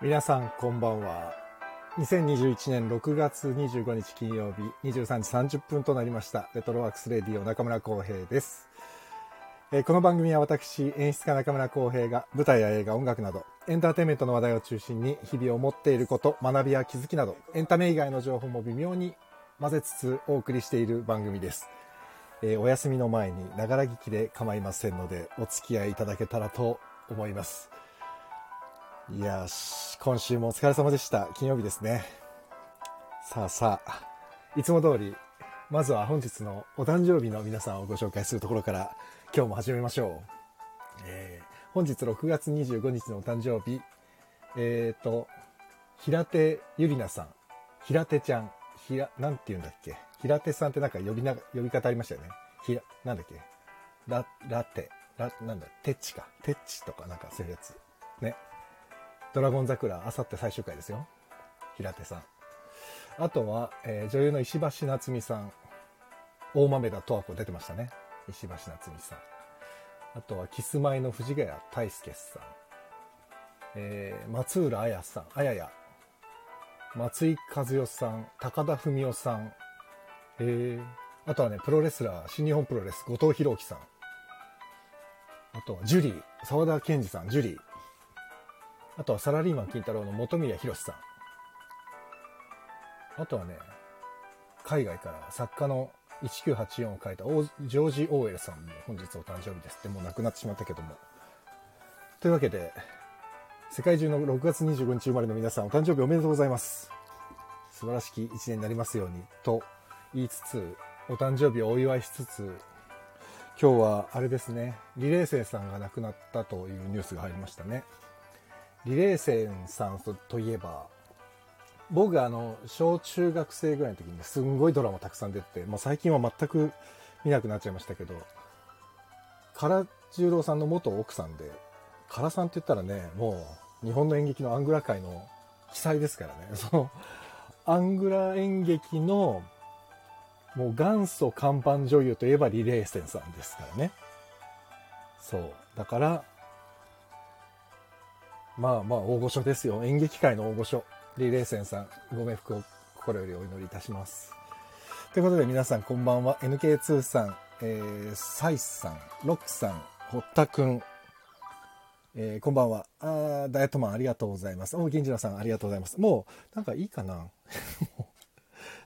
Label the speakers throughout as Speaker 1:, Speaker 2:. Speaker 1: 皆さんこんばんは2021年6月25日金曜日23時30分となりましたレトロワークスレディオ中村浩平ですえーこの番組は私演出家中村浩平が舞台や映画音楽などエンターテインメントの話題を中心に日々思っていること学びや気づきなどエンタメ以外の情報も微妙に混ぜつつお送りしている番組ですえーお休みの前にながら聞きで構いませんのでお付き合いいただけたらと思いますいやーし今週もお疲れ様でした金曜日ですねさあさあいつも通りまずは本日のお誕生日の皆さんをご紹介するところから今日も始めましょう、えー本日6月25日のお誕生日えっ、ー、と平手ゆりなさん平手ちゃんひらなんて言うんだっけ平手さんってなんか呼びな呼び方ありましたよねひらなんだっけララテラなんだテッチかテッチとかなんかそういうやつねドラゴン桜あさって最終回ですよ平手さんあとは、えー女優の石橋夏美さん大豆田十和子出てましたね石橋夏美さんあとはキスマイの藤ヶ谷大輔さん、えー松浦綾さん綾や松井和代さん高田文夫さんえーあとはねプロレスラー新日本プロレス後藤弘樹さんあとはジュリー沢田研二さんジュリーあとはサラリーマン金太郎の本宮宏さんあとはね海外から作家の1984を書いたオージョージ・オーエルさんも本日お誕生日ですってもう亡くなってしまったけどもというわけで世界中の6月25日生まれの皆さんお誕生日おめでとうございます素晴らしき一年になりますようにと言いつつお誕生日をお祝いしつつ今日はあれですねリレー生さんが亡くなったというニュースが入りましたねリレー生さんとといえば僕あの小中学生ぐらいの時にすんごいドラマたくさん出ててもう最近は全く見なくなっちゃいましたけど唐十郎さんの元奥さんで唐さんって言ったらねもう日本の演劇のアングラ界の奇才ですからね そのアングラ演劇のもう元祖看板女優といえばリレーセンさんですからねそうだからまあまあ大御所ですよ演劇界の大御所リレーセンさんご冥福を心よりお祈りいたしますということで皆さんこんばんは NK2 さん、えー、サイさんロックさん堀田くんえーこんばんは。あーダイエットマンありがとうございます。お、銀次郎さんありがとうございます。もう、なんかいいかな もう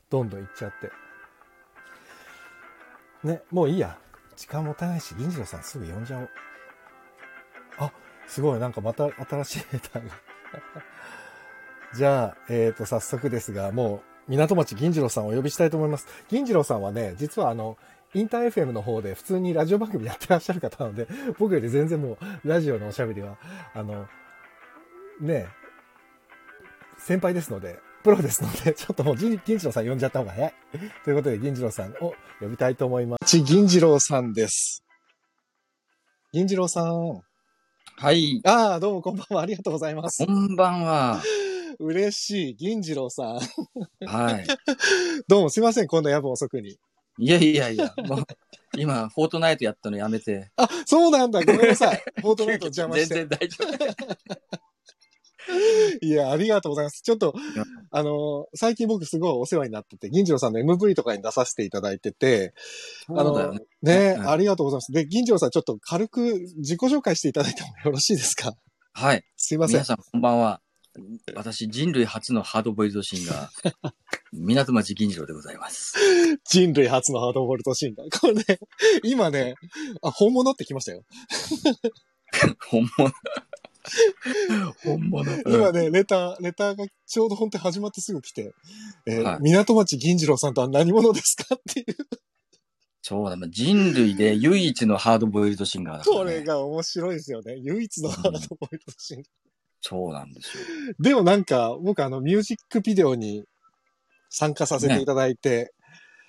Speaker 1: どんどんいっちゃって。ね、もういいや。時間もったいないし、銀次郎さんすぐ呼んじゃおう。あ、すごい。なんかまた新しいネタが。 じゃあ、えっ、と、早速ですが、もう、港町銀次郎さんをお呼びしたいと思います。銀次郎さんはね、実はあの、インター FM の方で普通にラジオ番組やってらっしゃる方なので、 僕より全然もう、ラジオのおしゃべりは、あの、ねえ、先輩ですので、プロですので、 ちょっともう銀銀次郎さん呼んじゃった方が早い。 ということで、銀次郎さんを呼びたいと思います。銀次郎さんです。銀次郎さん。
Speaker 2: はい。
Speaker 1: ああ、どうもこんばんは。ありがとうございます。
Speaker 2: こんばんは。
Speaker 1: 嬉しい。銀次郎さん。
Speaker 2: はい。
Speaker 1: どうもすいません、こんな夜分遅くに。
Speaker 2: いやいやいや、もう今、フォートナイトやったのやめて。
Speaker 1: あ、そうなんだ、ごめんなさ い。フォートナイト邪魔し
Speaker 2: 全
Speaker 1: て。
Speaker 2: 然大丈夫。
Speaker 1: いや、ありがとうございます。ちょっと
Speaker 2: いや、
Speaker 1: あの、最近僕すごいお世話になってて、銀次郎さんの MV とかに出させていただいてて、あ
Speaker 2: そうだよ
Speaker 1: の
Speaker 2: ね。、
Speaker 1: ね、
Speaker 2: うん
Speaker 1: ありがとうございます。で、銀次郎さん、ちょっと軽く自己紹介していただいてもよろしいですか
Speaker 2: はい。
Speaker 1: すいません
Speaker 2: 皆。さん、こんばんは。私、人類初のハードボイルドシンガー、港町銀次郎でございます。
Speaker 1: 人類初のハードボルトシンガー。これね、今ね、あ、本物ってきましたよ。
Speaker 2: 本物。本物。
Speaker 1: 今
Speaker 2: うん
Speaker 1: ね、レター、レターがちょうど本当に始まってすぐ来て、えー
Speaker 2: はい
Speaker 1: 港町銀次郎さんとは何者ですかっていう、
Speaker 2: そうだ、人類で唯一のハードボイルドシンガーだから、ね。
Speaker 1: これが面白いですよ ね。唯一のハードボイルドシンガー
Speaker 2: そうなんですよ。
Speaker 1: でもなんか、僕あの、ミュージックビデオに参加させていただいて、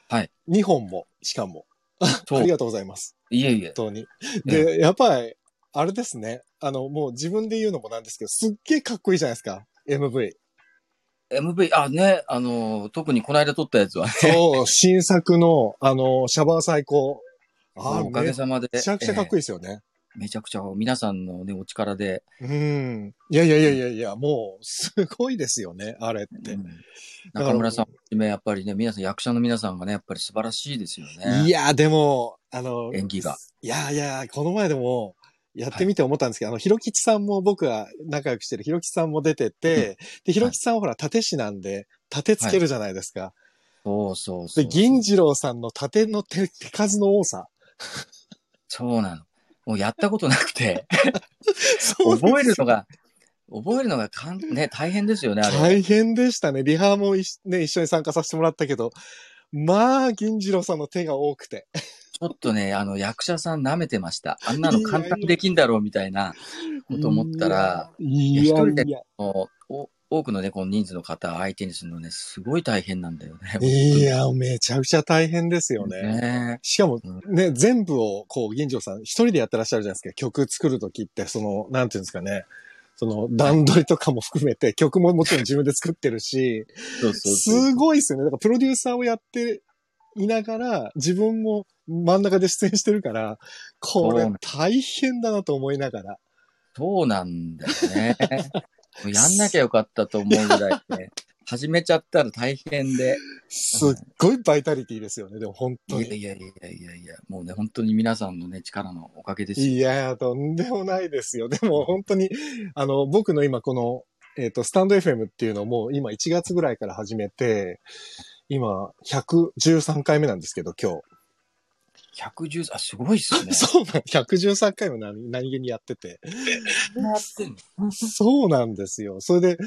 Speaker 2: はい。
Speaker 1: 2本も、しかも。あ
Speaker 2: そう
Speaker 1: り。がとうございます。
Speaker 2: いえいえ。
Speaker 1: 本当に。で、やっぱり、あれですね。あの、もう自分で言うのもなんですけど、すっげえかっこいいじゃないですか。MV。
Speaker 2: MV、あ、ね、あの、特にこの間撮ったやつは、ね、
Speaker 1: そう、新作の、あの、シャバー最高。ああ、
Speaker 2: おか
Speaker 1: め
Speaker 2: げ
Speaker 1: っ
Speaker 2: さまで。
Speaker 1: ちゃくちゃかっこいいですよね。
Speaker 2: めちゃくちゃ皆さんのね、お力で、
Speaker 1: うん。いやいやいやいやいや、もう、すごいですよね、あれって。
Speaker 2: うん
Speaker 1: だから
Speaker 2: 中村さんはじめ、やっぱりね、皆さん、役者の皆さんがね、やっぱり素晴らしいですよね。
Speaker 1: いや、でも、あの、
Speaker 2: 演技が。
Speaker 1: いやいや、この前でも、やってみて思ったんですけど、あの、ひろきちさんも僕が仲良くしてるひろきちさんも出てて、で、ひろきちさんはほら、盾師なんで、盾つけるじゃないですか。
Speaker 2: そうそうそう。
Speaker 1: で、銀次郎さんの盾の手手数の多さ。
Speaker 2: そうなの。もうやったことなくて、
Speaker 1: そう
Speaker 2: 覚えるのが、覚えるのがかん、ね、大変ですよね、あれ。
Speaker 1: 大変でしたね。リハもいしね、一緒に参加させてもらったけど、まあ、銀次郎さんの手が多くて。
Speaker 2: ちょっとね、あの、役者さん舐めてました。あんなの簡単にできんだろう、みたいなこと思ったら、
Speaker 1: いや
Speaker 2: いや一人
Speaker 1: い
Speaker 2: で
Speaker 1: や、
Speaker 2: もうお多くのね、この人数の方相手にするのね、すごい大変なんだよね。
Speaker 1: いや、めちゃくちゃ大変ですよね。
Speaker 2: ね
Speaker 1: しかも
Speaker 2: うん
Speaker 1: ね、全部をこう、銀城さん一人でやってらっしゃるじゃないですか。曲作るときって、その、なんていうんですかね。その段取りとかも含めて、曲ももちろん自分で作ってるし、
Speaker 2: そうそうそう。
Speaker 1: すごいですよね。だからプロデューサーをやっていながら、自分も真ん中で出演してるから、これ
Speaker 2: そう
Speaker 1: 大変だなと思いながら。
Speaker 2: そうなんだよ ね。もうやんなきゃよかったと思うぐらいで、始めちゃったら大変で。
Speaker 1: すっごいバイタリティですよね、でも本
Speaker 2: い
Speaker 1: 当
Speaker 2: や
Speaker 1: に。
Speaker 2: いやいやいやいや、もうね、本当に皆さんのね、力のおかげですよ。
Speaker 1: いや、とんでもないですよ。でも本当に、あの、僕の今この、えっ、と、スタンド FM っていうのをもう今1月ぐらいから始めて、今、113回目なんですけど、今
Speaker 2: 110、あ、すごいっすね
Speaker 1: 日。。 そうなん、113回も何何気にやってて。
Speaker 2: そんなやってんの
Speaker 1: そうなんですよ。それで、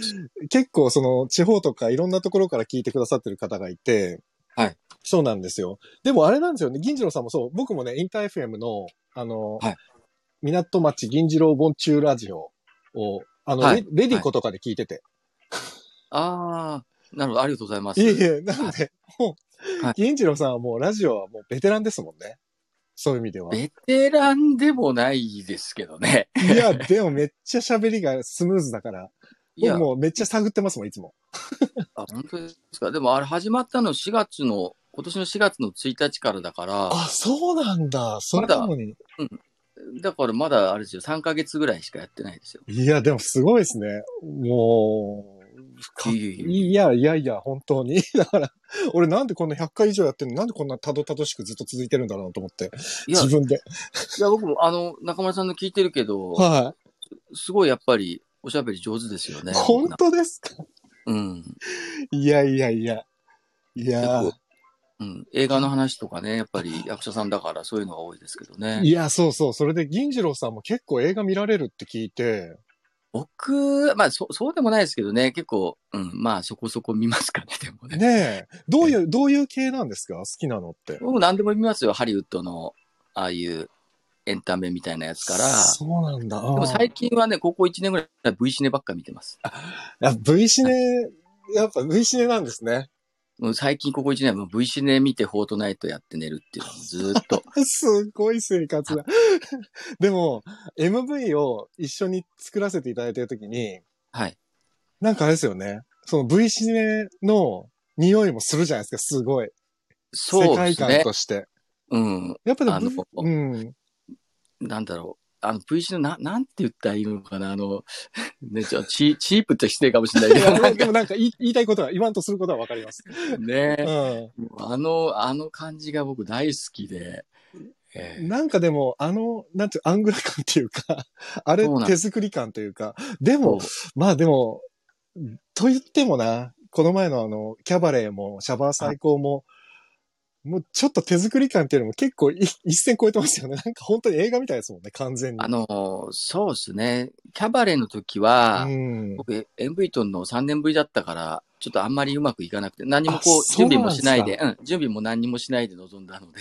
Speaker 1: 結構その地方とかいろんなところから聞いてくださってる方がいて、
Speaker 2: はい。
Speaker 1: そうなんですよ。でもあれなんですよね、銀次郎さんもそう、僕もね、インター FM の、あの、
Speaker 2: はい
Speaker 1: 港町銀次郎盆中ラジオを、あの、
Speaker 2: はい
Speaker 1: レレディコとかで聞いてて。
Speaker 2: ああ、なるほど、ありがとうございます。
Speaker 1: い、えいえ、なんで、もう、
Speaker 2: はい
Speaker 1: 銀次郎さんはもうラジオはもうベテランですもんね。そういう意味では。い
Speaker 2: ベテランでもないですけどね。
Speaker 1: や、でもめっちゃ喋りがスムーズだから、
Speaker 2: いや
Speaker 1: 僕、もうめっちゃ探ってますもん、いつも。
Speaker 2: あ本当ですか。でもあれ始まったの4月の、今年の4月の1日からだから、
Speaker 1: あ、そうなんだ。それなのに。
Speaker 2: だからまだあれですよ、3ヶ月ぐらいしかやってないですよ。
Speaker 1: いや、でもすごいですね。もう、か
Speaker 2: いえいえ
Speaker 1: いやいやいや、本当に。 だから、俺なんでこんな100回以上やってるのなんでこんなたどたどしくずっと続いてるんだろうなと思って。
Speaker 2: いや、
Speaker 1: 自
Speaker 2: い
Speaker 1: 分で。
Speaker 2: や僕もあの、中村さんの聞いてるけど、
Speaker 1: は
Speaker 2: すごいやっぱりおしゃべり上手ですよ
Speaker 1: い。
Speaker 2: ね。
Speaker 1: 本当ですか
Speaker 2: うん。
Speaker 1: いやいやいや。いや
Speaker 2: 結構うん、映画の話とかね、やっぱり役者さんだからそういうのが多いですけどね。
Speaker 1: いや、そうそう。それで銀次郎さんも結構映画見られるって聞いて。
Speaker 2: 僕、まあそ、そうでもないですけどね、結構、うん、まあそこそこ見ますかね、でもね。
Speaker 1: ねえ。どういう、どういう系なんですか好きなのって。
Speaker 2: 僕何でも見ますよ、ハリウッドの、ああいうエンタメみたいなやつから。
Speaker 1: そうなんだ。
Speaker 2: でも最近はね、ここ1年ぐらい V シネばっか見てます。
Speaker 1: いや、V シネ、やっぱ V シネなんですね。
Speaker 2: もう最近ここ1年はもう V シネ見てフォートナイトやって寝るっていうのをずーっ と。
Speaker 1: すごい生活だ。 でも、MV を一緒に作らせていただいてるときに、
Speaker 2: はい。
Speaker 1: なんかあれですよね。その V シネの匂いもするじゃないですか、すごい。
Speaker 2: そうで
Speaker 1: 世界
Speaker 2: す
Speaker 1: 観
Speaker 2: ね。
Speaker 1: として。
Speaker 2: うん。
Speaker 1: やっぱでも、
Speaker 2: あの
Speaker 1: V- うん。
Speaker 2: なんだろう。あの V シネな、なんて言ったらいいのかな、あの、 ね、ちょチチープって失礼かもしれない
Speaker 1: い
Speaker 2: けど、
Speaker 1: やで
Speaker 2: な
Speaker 1: も
Speaker 2: ん
Speaker 1: で
Speaker 2: か
Speaker 1: もなんか言い言いたいことは、言わんとすることはわかります。
Speaker 2: ね。
Speaker 1: う
Speaker 2: あの、あの感じが僕大好きで。ええ
Speaker 1: ん。なんかでも、あの、なんていう、アングラ感っていうか、あれ
Speaker 2: そうなん
Speaker 1: 手作り感というか、で
Speaker 2: そ
Speaker 1: も
Speaker 2: う、
Speaker 1: まあでも、と言ってもな、この前のあの、キャバレーも、シャバー最高も、もうちょっと手作り感っていうのも結構い一線超えてますよね。なんか本当に映画みたいですもんね、完全に。
Speaker 2: あの、そうですね。キャバレーの時は、
Speaker 1: うん。
Speaker 2: 僕、え MV 撮るの3年ぶりだったから、ちょっとあんまりうまくいかなくて、何も
Speaker 1: あ
Speaker 2: こう、
Speaker 1: そう
Speaker 2: 準
Speaker 1: なん
Speaker 2: 備もしないで、うん、準備も何もしないで臨んだので、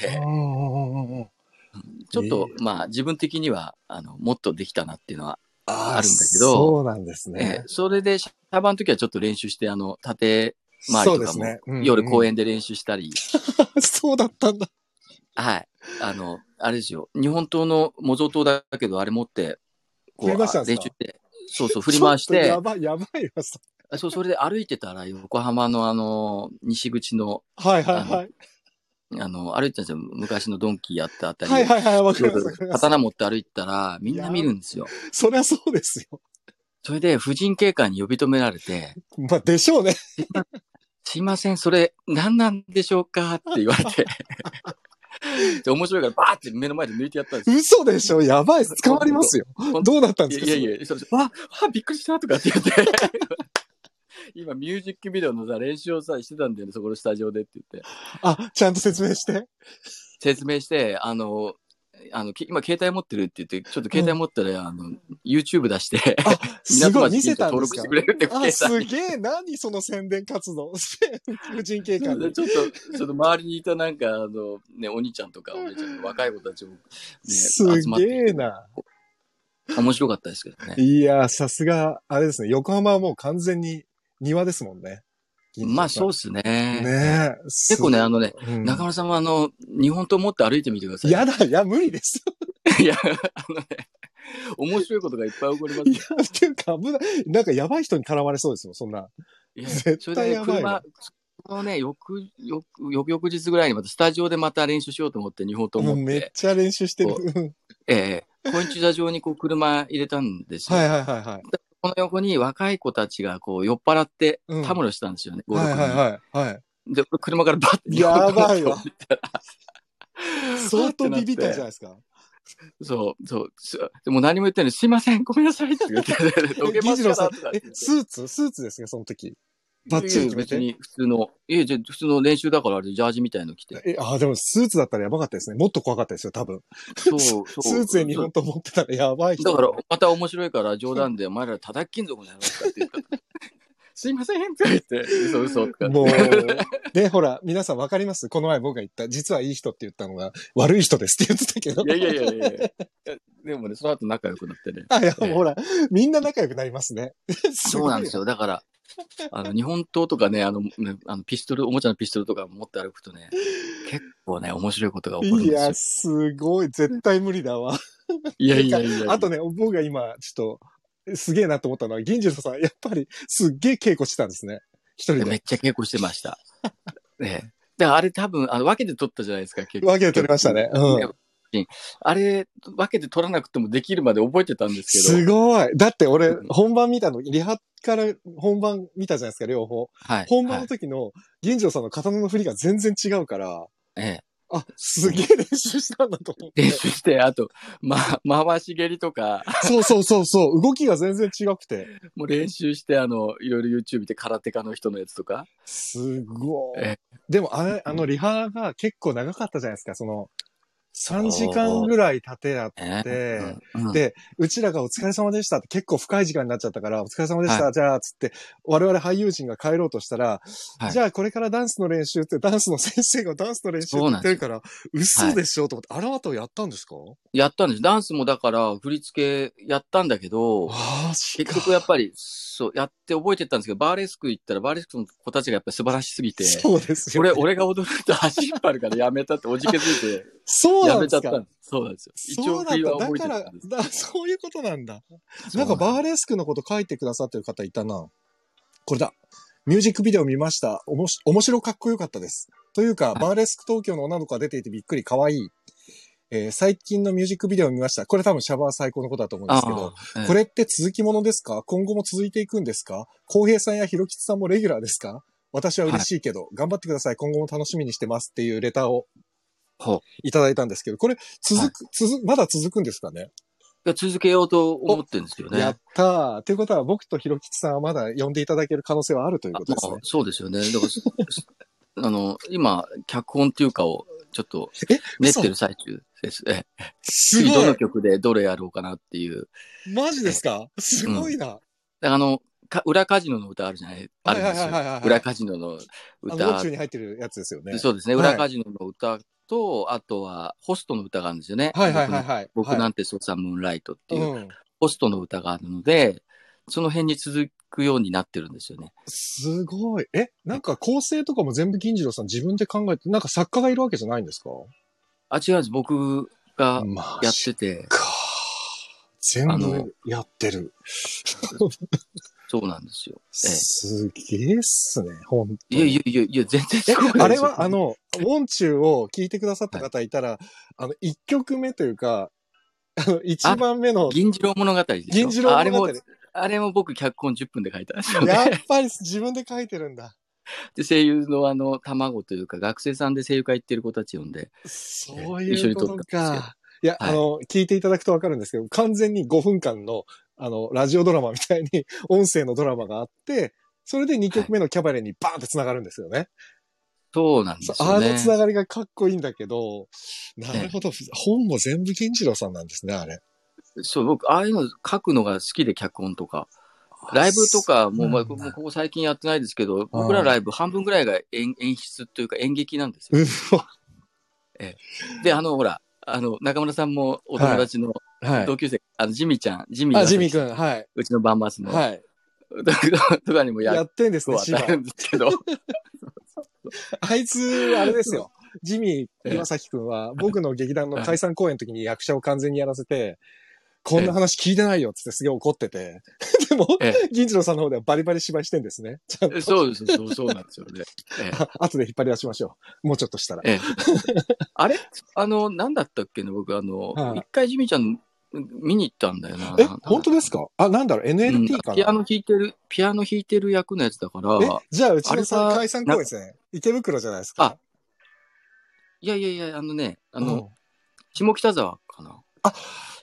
Speaker 2: ちょっと、まあ、自分的には、あの、もっとできたなっていうのは、
Speaker 1: あ
Speaker 2: あるんだけど
Speaker 1: そうなんです
Speaker 2: ええ
Speaker 1: ね。
Speaker 2: それで、シャバの時はちょっと練習して、あの、縦周
Speaker 1: そ
Speaker 2: り
Speaker 1: う
Speaker 2: と
Speaker 1: で
Speaker 2: か
Speaker 1: す
Speaker 2: も、
Speaker 1: ね。うん
Speaker 2: 夜公園で練習した
Speaker 1: う
Speaker 2: り、
Speaker 1: ん そうだったんだ。
Speaker 2: はい。あの、あれですよ。日本刀の模造刀だけど、あれ持って、こ
Speaker 1: 振り
Speaker 2: う、
Speaker 1: 回した
Speaker 2: あ
Speaker 1: んです
Speaker 2: 練
Speaker 1: か
Speaker 2: 習して、そうそう、振り回し
Speaker 1: ちょっと
Speaker 2: て
Speaker 1: や、ばい、やばいわ。そ
Speaker 2: そう、それで歩いてたら、横浜のあの、西口の、
Speaker 1: はいはいはい。
Speaker 2: あの、歩いてたんですよ。昔のドンキやったあたり。
Speaker 1: はいはいはい、わかります。わかります
Speaker 2: 刀持って歩いてたら、みんな見るんですよ。
Speaker 1: そりゃそうですよ。
Speaker 2: それで、婦人警官に呼び止められて、
Speaker 1: まあ、でしょうね。
Speaker 2: すいません、それ、何なんでしょうかって言われ て。で面白いから、バーって目の前で抜いてやったんですよ。
Speaker 1: 嘘でしょやばいっす、捕まりますよ。
Speaker 2: 本当
Speaker 1: どうなったんですか
Speaker 2: いやいやいや、そうですわ、わ、びっくりしたとかって言って。今、ミュージックビデオのさ、練習をさ、してたんだよね、そこのスタジオでって言って。
Speaker 1: あ、ちゃんと説明して。
Speaker 2: 説明して、あの、あの、き今、携帯持ってるって言って、ちょっと携帯持ったら、あの、YouTube 出して、
Speaker 1: あ、す
Speaker 2: 港
Speaker 1: ごい、見
Speaker 2: 町銀
Speaker 1: せ
Speaker 2: 座
Speaker 1: たんで
Speaker 2: 登
Speaker 1: す
Speaker 2: 録し
Speaker 1: か
Speaker 2: てくれるって
Speaker 1: あ、
Speaker 2: さ
Speaker 1: すげえ、何その宣伝活動。 婦人警
Speaker 2: ちょっ
Speaker 1: 官
Speaker 2: と、
Speaker 1: に。
Speaker 2: ちょっと周りにいたなんか、あの、ね、お兄ちゃんとか、お姉ちゃんとか若い子たちも、ね、
Speaker 1: す
Speaker 2: 集まっ
Speaker 1: げえ
Speaker 2: て、
Speaker 1: な。
Speaker 2: 面白かったですけどね。
Speaker 1: いやー、さすが、あれですね。横浜はもう完全に庭ですもんね。
Speaker 2: まあ、そう
Speaker 1: う
Speaker 2: ですね。
Speaker 1: ねえ。
Speaker 2: 結構ね、あ
Speaker 1: の、
Speaker 2: のね、
Speaker 1: うん
Speaker 2: 中村さんはあの、日本刀持って歩いてみてください。
Speaker 1: やだ、いや、無理です。
Speaker 2: いや、あのね、面白いことがいっぱい起こります
Speaker 1: い。や、っていうか、危ない。なんか、やばい人に絡まれそうですもん、そんな。
Speaker 2: いや
Speaker 1: 絶対やばい
Speaker 2: それで車
Speaker 1: わ、
Speaker 2: そのね、翌、翌、翌翌日ぐらいにまたスタジオでまた練習しようと思って、日本刀
Speaker 1: もう
Speaker 2: 持っ、
Speaker 1: めってちゃ練習してる。
Speaker 2: こ
Speaker 1: うん
Speaker 2: ええコイン駐車場にこう車入れたんですよ。
Speaker 1: はいはいはいはい。
Speaker 2: この横に若い子たちがこう酔っ払って
Speaker 1: うん
Speaker 2: たむろしたんですよね、5、
Speaker 1: はい
Speaker 2: 6人。
Speaker 1: はいはい。はい。
Speaker 2: で、俺車からバッて日本
Speaker 1: やばい
Speaker 2: 刀持
Speaker 1: わ
Speaker 2: って降りたら。
Speaker 1: 相当ビビったんじゃない
Speaker 2: ん。
Speaker 1: ですか。
Speaker 2: そう、そうす。でも何も言ってないのにすいません、ごめんなさいって言って、 どけ
Speaker 1: え
Speaker 2: ま
Speaker 1: 議事
Speaker 2: すか
Speaker 1: 郎
Speaker 2: ら
Speaker 1: さん
Speaker 2: とかっ、て
Speaker 1: え
Speaker 2: 言っ、て
Speaker 1: スーツスーツですね、その時。バッチリ決め
Speaker 2: いやいや別
Speaker 1: て。
Speaker 2: に普通の、いや、じゃあ普通の練習だからあれ、ジャージみたいの着て。
Speaker 1: え、あ、でもスーツだったらやばかったですね。もっと怖かったですよ、多分。
Speaker 2: そう、そう。
Speaker 1: スーツで日本と思ってたらやばい人。
Speaker 2: だから、また面白いから冗談で、お前ら叩き金属なのかって言ったらすいませんって言って、嘘嘘とか。
Speaker 1: もう、で、ほら、皆さんわかりますこの前僕が言った、実はいい人って言ったのが、悪い人ですって言ってたけど
Speaker 2: い。やいやいやいやいや。でもね、その後仲良くなってね。
Speaker 1: あ、いや、もうほら、みんな仲良くなりますね。
Speaker 2: そうなんです
Speaker 1: よ。
Speaker 2: よ。だから、あの、日本刀とかね、あの、ねあのピストル、おもちゃのピストルとか持って歩くとね、結構ね、面白いことが起こるん
Speaker 1: い
Speaker 2: です
Speaker 1: や
Speaker 2: よ、。
Speaker 1: すごい。絶対無理だわ。
Speaker 2: いやいやいやいや。
Speaker 1: あとね、僕が今、ちょっと、すげえなと思ったのは、銀次郎さん、やっぱり、すっげえ稽古してたんですね。一人
Speaker 2: め
Speaker 1: で。
Speaker 2: っちゃ稽古してま した。ねで、あれ多分、あの、分けて取ったじゃないですか、結局
Speaker 1: 分けて取りましたね。うん。
Speaker 2: あれ、分けて取らなくてもできるまで覚えてたんですけ
Speaker 1: す
Speaker 2: ど、
Speaker 1: ごい。だって俺
Speaker 2: うん、
Speaker 1: 本番見たの、リハから本番見たじゃないですか、両方。
Speaker 2: はい。
Speaker 1: 本番
Speaker 2: は
Speaker 1: の
Speaker 2: い
Speaker 1: 時の銀次郎さんの刀の振りが全然違うから、
Speaker 2: え
Speaker 1: あ、すげえ練習したんだと思っ
Speaker 2: え、練
Speaker 1: て。
Speaker 2: 習して、あと、ま、回し蹴りとか、
Speaker 1: そうそうそうそう、動きが全然違くて。
Speaker 2: もう練習して、あの、いろいろ YouTube で空手家の人のやつとか、
Speaker 1: すごい
Speaker 2: え。
Speaker 1: でもあれ、あのリハが結構長かったじゃないですか、その、3時間ぐらい経てやっ
Speaker 2: え
Speaker 1: て、
Speaker 2: うんうん
Speaker 1: でうちらがお疲れ様でしたって結構深い時間になっちゃったから、お疲れ様でした、
Speaker 2: は
Speaker 1: じゃあ、つって、我々俳優陣が帰ろうとしたら、
Speaker 2: はい
Speaker 1: じゃあこれからダンスの練習って、ダンスの先生がダンスの練習って言ってるから、嘘でしょ、と思って、あらわたをやったんですか
Speaker 2: やったんです。ダンスもだから、振り付けやったんだけど、
Speaker 1: ああ、し
Speaker 2: 結局やっぱり、そう、やって覚えてったんですけど、バーレスク行ったら、バーレスクの子たちがやっぱり素晴らしすぎて、
Speaker 1: そうですよ、
Speaker 2: 俺、俺が踊ると足引っ張るからやめたっておじけづいて、
Speaker 1: そう
Speaker 2: や
Speaker 1: なん
Speaker 2: め
Speaker 1: で
Speaker 2: ちゃ
Speaker 1: す
Speaker 2: っ
Speaker 1: か
Speaker 2: たんです。そうなんですよ。一
Speaker 1: そ
Speaker 2: 応
Speaker 1: うだ
Speaker 2: 振りは
Speaker 1: った。
Speaker 2: 覚え
Speaker 1: だか
Speaker 2: てた
Speaker 1: ら
Speaker 2: んで、す。
Speaker 1: だそういうことなんだ。
Speaker 2: そう
Speaker 1: なんかバー
Speaker 2: レ
Speaker 1: レスクのこと書いてくださってる方いたな。これだ。ミュージックビデオ見ました。おもし、面白かっこよかったです。というか、
Speaker 2: い
Speaker 1: バーレスク東京の女の子が出ていてびっくり、可愛いえー最近のミュージックビデオを見ました。これ多分シャバー最高のことだと思うんですけど、
Speaker 2: ああ
Speaker 1: これって続きものですか今後も続いていくんですか浩平さんやひろきつさんもレギュラーですか私は嬉しいけど、頑張ってください。今後も楽しみにしてますっていうレターを
Speaker 2: ほう
Speaker 1: いただいたんですけど、これ続く、続く、まだ続くんですかね
Speaker 2: いや続けようと思ってるんですけどね。
Speaker 1: やったー。ということは、僕とひろきちさんはまだ呼んでいただける可能性はあるということです
Speaker 2: ま
Speaker 1: ね
Speaker 2: あ。そうですよね。だからす、す あの、今、脚本っていうかを、ちょっと、
Speaker 1: え
Speaker 2: 練ってる最中です。ええ、
Speaker 1: す
Speaker 2: 次ど
Speaker 1: ご
Speaker 2: の
Speaker 1: い
Speaker 2: 曲でどれやろうかなっていう。
Speaker 1: マジですかすごいな。
Speaker 2: だからあの、か裏カジノの歌あるじゃないあるんです
Speaker 1: はいはいはいはいは
Speaker 2: よ
Speaker 1: い。
Speaker 2: 裏カジノの
Speaker 1: あの、
Speaker 2: 歌
Speaker 1: 中。に入ってるやつですよね。
Speaker 2: そうですね。
Speaker 1: はい
Speaker 2: 裏カジノの歌と、あとは、ホストの歌があるんですよね。
Speaker 1: はいはいはいはい。
Speaker 2: 僕の僕なんてそうさ、ムーンライトってい
Speaker 1: う
Speaker 2: う、
Speaker 1: ん。
Speaker 2: ホストの歌があるので、その辺に続くようになってるんですよね。
Speaker 1: すごい。え、なんか構成とかも全部銀次郎さん自分で考えて、なんか作家がいるわけじゃないんですか
Speaker 2: あ、違うんです。僕が
Speaker 1: ま
Speaker 2: やってて、
Speaker 1: か。全
Speaker 2: あの
Speaker 1: 部やってる。
Speaker 2: そうなんですよ。ええ
Speaker 1: すげえっすね、ほんと。
Speaker 2: いやいやいやいや、全然
Speaker 1: え
Speaker 2: すごく、ない
Speaker 1: あ
Speaker 2: で
Speaker 1: れ
Speaker 2: すよ
Speaker 1: は、あの、ウォンチューを聞いてくださった方いたら、あの、1曲目というか、あの、1番目の、
Speaker 2: 銀次郎物語でしょ
Speaker 1: 銀次郎
Speaker 2: ああれ
Speaker 1: 物語
Speaker 2: も、あれも僕、脚本10分で書いたんですよ ね。
Speaker 1: やっぱり自分で書いてるんだ。
Speaker 2: で、声優のあの、卵というか、学生さんで声優会行ってる子たち呼んで、
Speaker 1: そういうこと
Speaker 2: 一緒に撮ったんです
Speaker 1: か。いや、
Speaker 2: はい
Speaker 1: あの、聞いていただくとわかるんですけど、完全に5分間の、あの、ラジオドラマみたいに、 音声のドラマがあって、それで2曲目のキャバレーにバーンって繋がるんですよね。
Speaker 2: そうなんです
Speaker 1: そうあ
Speaker 2: よ
Speaker 1: の
Speaker 2: ね。
Speaker 1: 繋がりがかっこいいんだけど、なるほど。本も全部銀次郎さんなんですね、あれ。
Speaker 2: そう、僕、ああいうの書くのが好きで、脚本とか。ライブとか、もう、まあ、
Speaker 1: そう
Speaker 2: も
Speaker 1: なんだ
Speaker 2: うここ最近やってないですけど、僕らライブ半分ぐらいが演 演出というか演劇なんですよ。
Speaker 1: うわ。
Speaker 2: で、あの、ほら、あの、中村さんもお友達の
Speaker 1: はい。
Speaker 2: 同級生、あの、ジミちゃん、ジミ
Speaker 1: あ、ジミー
Speaker 2: 君
Speaker 1: 君、はい。
Speaker 2: うちのバンマスの、
Speaker 1: はい。
Speaker 2: とかにも
Speaker 1: や
Speaker 2: やっ
Speaker 1: ってんです
Speaker 2: と
Speaker 1: ね、
Speaker 2: はな
Speaker 1: 芝
Speaker 2: るんです けど、
Speaker 1: あいつ、あれです よ。ジミー岩崎くんは、僕の劇団の解散公演の時に役者を完全にやらせ て、こんな話聞いてないよっつってすげえ怒ってて。 でも
Speaker 2: え、
Speaker 1: 銀次郎さんの方ではバリバリ芝居してんですね。ちゃんと。
Speaker 2: そうです、そうそうなんですよね。ええ
Speaker 1: あ後で引っ張り出しましょう。もうちょっとしたら。
Speaker 2: ええ、あれあの、なんだったっけね、僕、あの、一、
Speaker 1: はい
Speaker 2: 回、ジミちゃん見に行ったんだよな。
Speaker 1: え、本当です
Speaker 2: か
Speaker 1: かあ、なんだろう、NLT か
Speaker 2: ピア
Speaker 1: な、
Speaker 2: ノ弾いてる、ピアノ弾いてる役のやつだから、
Speaker 1: え、じゃあ、うちのさ
Speaker 2: あれは
Speaker 1: 解散公演ですね。池袋じゃないですか。
Speaker 2: いやいやいや、あのね、あの、
Speaker 1: うん
Speaker 2: 下北沢かな。
Speaker 1: あ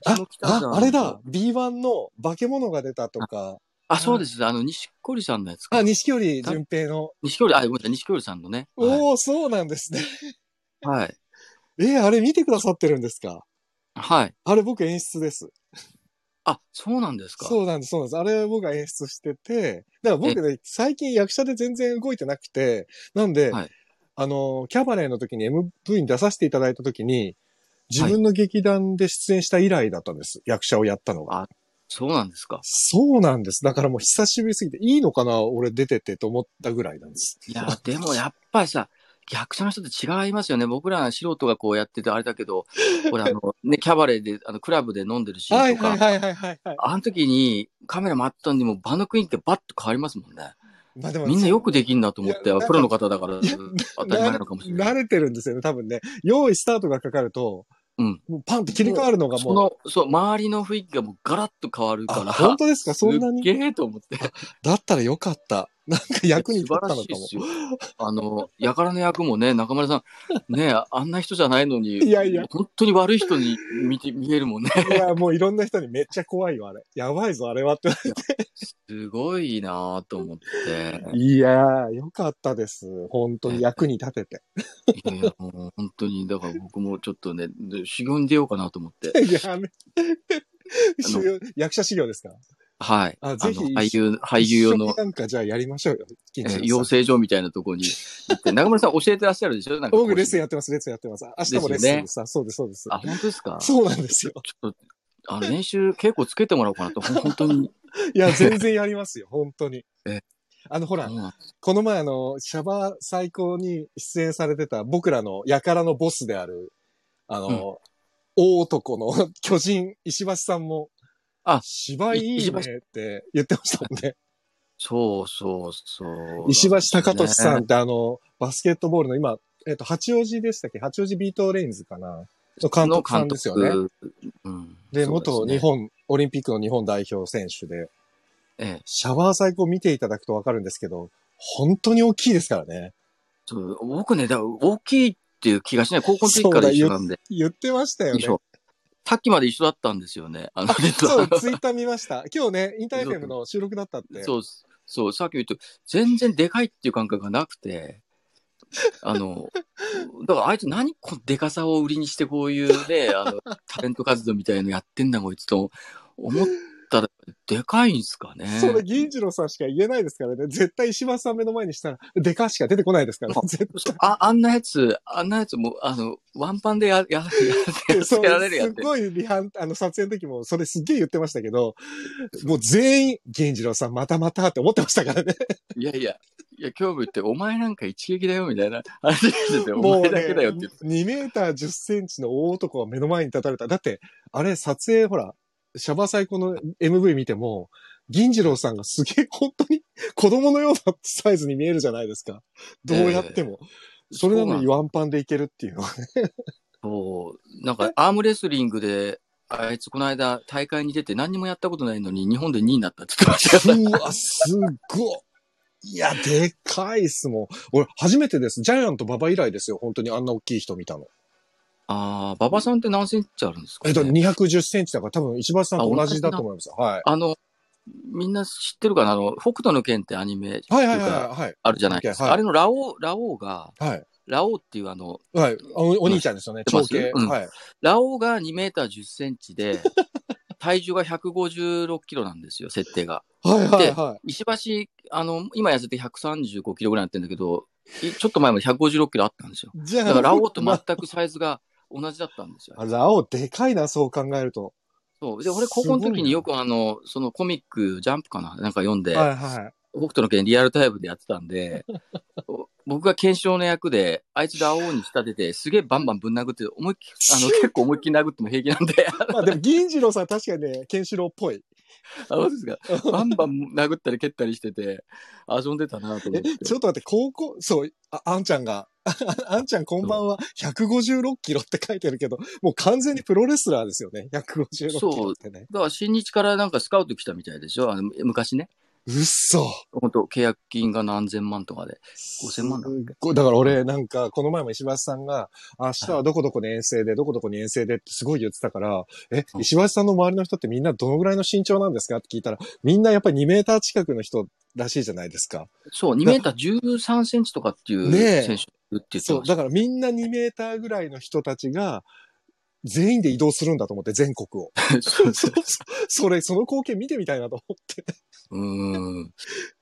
Speaker 1: あ
Speaker 2: 下北沢の
Speaker 1: あ、あれだ。B1 の化け物が出たとか、
Speaker 2: あ、そうです。あの、錦織さんのやつか。
Speaker 1: あ、錦織淳平の。
Speaker 2: 錦織、あ、ごめんなさい、錦織さんのね。はい。
Speaker 1: おー、そうなんですね。
Speaker 2: はい。
Speaker 1: えーあれ見てくださってるんですか
Speaker 2: はい
Speaker 1: あれ僕演出です。
Speaker 2: あ、そうなんですか。
Speaker 1: そうなんです、そうなんです。あれ僕が演出してて、だから僕ね、最近役者で全然動いてなくて、なんで、
Speaker 2: はい
Speaker 1: あの、キャバレーの時に MV に出させていただいた時に、自分の劇団で出演した以来だったんです。役者をやったのが。
Speaker 2: そうなんですか。
Speaker 1: そうなんです。だからもう久しぶりすぎて、いいのかな俺出ててと思ったぐらいなんです。
Speaker 2: いや、でもやっぱりさ、役者の人って違いますよね。僕ら素人がこうやっててあれだけ ど、ほら、あの、ね、キャバレーで、あの、クラブで飲んでるシーンとか、
Speaker 1: はいはいはいはいはい、はい。
Speaker 2: あの時にカメラ回ったんでも場の国ってバッと変わりますもんね。
Speaker 1: まあでも
Speaker 2: みんなよくできんなと思って、
Speaker 1: いやな
Speaker 2: あ
Speaker 1: んか
Speaker 2: プロの方だから当たり前なのかもしれな
Speaker 1: 慣
Speaker 2: い。
Speaker 1: れてるんですよね、多分ね。用意スタートがかかると、
Speaker 2: うん
Speaker 1: もうパンって切り替わるのが
Speaker 2: そ
Speaker 1: もう、
Speaker 2: の、そう、周りの雰囲気がもうガラッと変わる
Speaker 1: あ
Speaker 2: から、
Speaker 1: 本当ですかそんなに
Speaker 2: すっげえと思って。
Speaker 1: だったらよかった。なんか役に立ったのかも
Speaker 2: 素晴。らしいですよ。あの、やからの役もね、中村さ ん、ね、あんな人じゃないのに、
Speaker 1: いやいや
Speaker 2: 本当に悪い人に見て、見えるもんね。
Speaker 1: いや、もういろんな人にめっちゃ怖いよ、あれ。やばいぞ、あれはって。
Speaker 2: すごいなぁと思って。
Speaker 1: いやー、よかったです。本当に役に立てて。
Speaker 2: いやいや、もう本当に、だから僕もちょっとね、で修行に出ようかなと思って。
Speaker 1: や め。修行役者修行ですか
Speaker 2: はい。
Speaker 1: あぜひ
Speaker 2: の俳優、俳優用
Speaker 1: 一緒
Speaker 2: の
Speaker 1: に、なんかじゃあやりましょうよ。
Speaker 2: え
Speaker 1: 金
Speaker 2: ー
Speaker 1: 城
Speaker 2: 養
Speaker 1: さん
Speaker 2: 成所みたいなところに行 って、中村さん教えてらっしゃるでしょなんか
Speaker 1: 僕レッスン
Speaker 2: や
Speaker 1: やってます、レッスンやってます。明日もレッスンでさ、そうです、そうです。
Speaker 2: あ、本当ですか
Speaker 1: そうなんですよ。
Speaker 2: ちょっと、あの、練習結構つけてもらおうかな と、ほん本当に。
Speaker 1: いや、全然やりますよ、 本当に
Speaker 2: え。
Speaker 1: あの、ほら
Speaker 2: う、ん
Speaker 1: この前あの、シャバー最高に出演されてた僕らのやからのボスである、あの、
Speaker 2: うん
Speaker 1: 大男の 巨人、石橋さんも、
Speaker 2: あ
Speaker 1: 芝居いいね
Speaker 2: 石橋
Speaker 1: って言ってましたもん ね。
Speaker 2: そうそうそう。
Speaker 1: 石橋貴俊さんってあの、バスケットボールの今、えっと、八王子でしたっけ八王子ビートレインズかなの監督さんですよね。
Speaker 2: の監督うん、
Speaker 1: で、
Speaker 2: そうすね
Speaker 1: 元日。本、オリンピックの日本代表選手で、
Speaker 2: ええ。
Speaker 1: シャワー最高見ていただくとわかるんですけど、本当に大きいですからね。
Speaker 2: そう僕ね、だから大きいっていう気がしない。高校の時から一緒なんで。
Speaker 1: 言ってましたよね
Speaker 2: 一。緒。さっきまで一緒だったんですよね。あの、実
Speaker 1: そう
Speaker 2: は、。
Speaker 1: ツイッター見ました。今日ね、インターフェムの収録だったって。
Speaker 2: そう、そう、さっき言った、全然でかいっていう感覚がなくて、あの、だからあいつ何このでかさを売りにしてこういう ね、あの、タレント活動みたいのやってんだこいつと思ったら、でかいんすかね。
Speaker 1: それ、銀次郎さんしか言えないですからね。絶対石橋さん目の前にしたら、でかしか出てこないですから、ね
Speaker 2: あ。
Speaker 1: 絶
Speaker 2: あ、あんなやつ、あんなやつもう、あの、ワンパンでや、や、や、
Speaker 1: 対、
Speaker 2: ややられるや
Speaker 1: す
Speaker 2: つ。
Speaker 1: ごいリハン、あの、撮影の時も、それすっげえ言ってましたけど、もう全員、銀次郎さんまたまたって思ってましたからね。
Speaker 2: いやいや、いや、今日も言って、お前なんか一撃だよ、みたいな話して て、お
Speaker 1: もう、
Speaker 2: 前
Speaker 1: ね、
Speaker 2: だけだよって言って。
Speaker 1: 2メーター10センチの大男が目の前に立たれた。だって、あれ、撮影、ほら、シャバ最高の MV 見ても、銀次郎さんが すげえ本当に子供のようなサイズに見えるじゃないですか。どうやっても。それな
Speaker 2: そう
Speaker 1: の
Speaker 2: なん
Speaker 1: にワンパンでいけるっていうのは。
Speaker 2: そう、なんかアームレスリングで、あいつこの間大会に出て何にもやったことないのに日本で2位になったって言ってましたから
Speaker 1: うわ、すごい。いや、でかいっすもん。俺、初めてです。ジャイアント馬場以来ですよ。本当にあんな大きい人見たの。
Speaker 2: ああ、馬場さんって何センチあるんですか、
Speaker 1: えっ
Speaker 2: ね
Speaker 1: と、210センチだから多分石橋さんと同じだと思います。はい。
Speaker 2: あの、みんな知ってるかなあの、北斗の拳ってアニメ
Speaker 1: はいはいはい
Speaker 2: っていうか
Speaker 1: はい。
Speaker 2: あるじゃないですか。
Speaker 1: はい
Speaker 2: あれのラオウ、ラオウが、
Speaker 1: はい。
Speaker 2: ラオウっていうあの、
Speaker 1: はい。おお兄ちゃんですよね。
Speaker 2: 知って
Speaker 1: 長兄。
Speaker 2: ますうん
Speaker 1: はい。
Speaker 2: ラオウが2メーター10セン チで、体重が156キロなんですよ、設定が。
Speaker 1: はいはいは
Speaker 2: 石橋、あの、今痩せて135キロぐらいになってるんだけど、いちょっと前まで156キロあったんですよ。
Speaker 1: い。じゃ
Speaker 2: だからラオウと
Speaker 1: ま、
Speaker 2: 全くサイズが同じだったんですよ。
Speaker 1: ラオウでかいな、そう考えると。
Speaker 2: そう。で、俺高校の時によくあの、そのコミック、ジャンプかななんか読んで、
Speaker 1: はいは
Speaker 2: 北斗の拳リアルタイムでやってた んで、お僕が検証の役で、あいつラオウに仕立てて、すげえバンバンぶん殴って、思いっき あの、結構思いっきり殴っても平気なんで、
Speaker 1: い。まあでも、銀次郎さん確かにね、ケンシロウっぽい。
Speaker 2: あそうですか。バンバン殴ったり蹴ったりしてて、遊んでたなと思
Speaker 1: え
Speaker 2: って。、
Speaker 1: ちょっと待って、高校、そう、ああんちゃんが、 ああんちゃんこんばんは、156キロって書いてるけど、もう完全にプロレスラーですよね、156キロってね。
Speaker 2: だから新日からなんかスカウト来たみたいでしょあの昔ね。
Speaker 1: うっそ
Speaker 2: 本当契約金が何千万とかで。5000万だっけ
Speaker 1: すっごいだから俺、なんか、この前も石橋さんが、明日はどこどこに遠征で、どこどこに遠征でってすごい言ってたから、え、
Speaker 2: うん
Speaker 1: 石橋さんの周りの人ってみんなどのぐらいの身長なんですかって聞いたら、みんなやっぱり2メーター近くの人らしいじゃないですか。
Speaker 2: そう、2メーター13センチとかっていう
Speaker 1: ねえ
Speaker 2: 選手いるって言って
Speaker 1: そ
Speaker 2: ま
Speaker 1: う、
Speaker 2: した。
Speaker 1: だからみんな2メーターぐらいの人たちが、全員で移動するんだと思って、全国を。
Speaker 2: そ
Speaker 1: そ
Speaker 2: う
Speaker 1: うそうそれ、その光景見てみたいなと思って。
Speaker 2: うーん。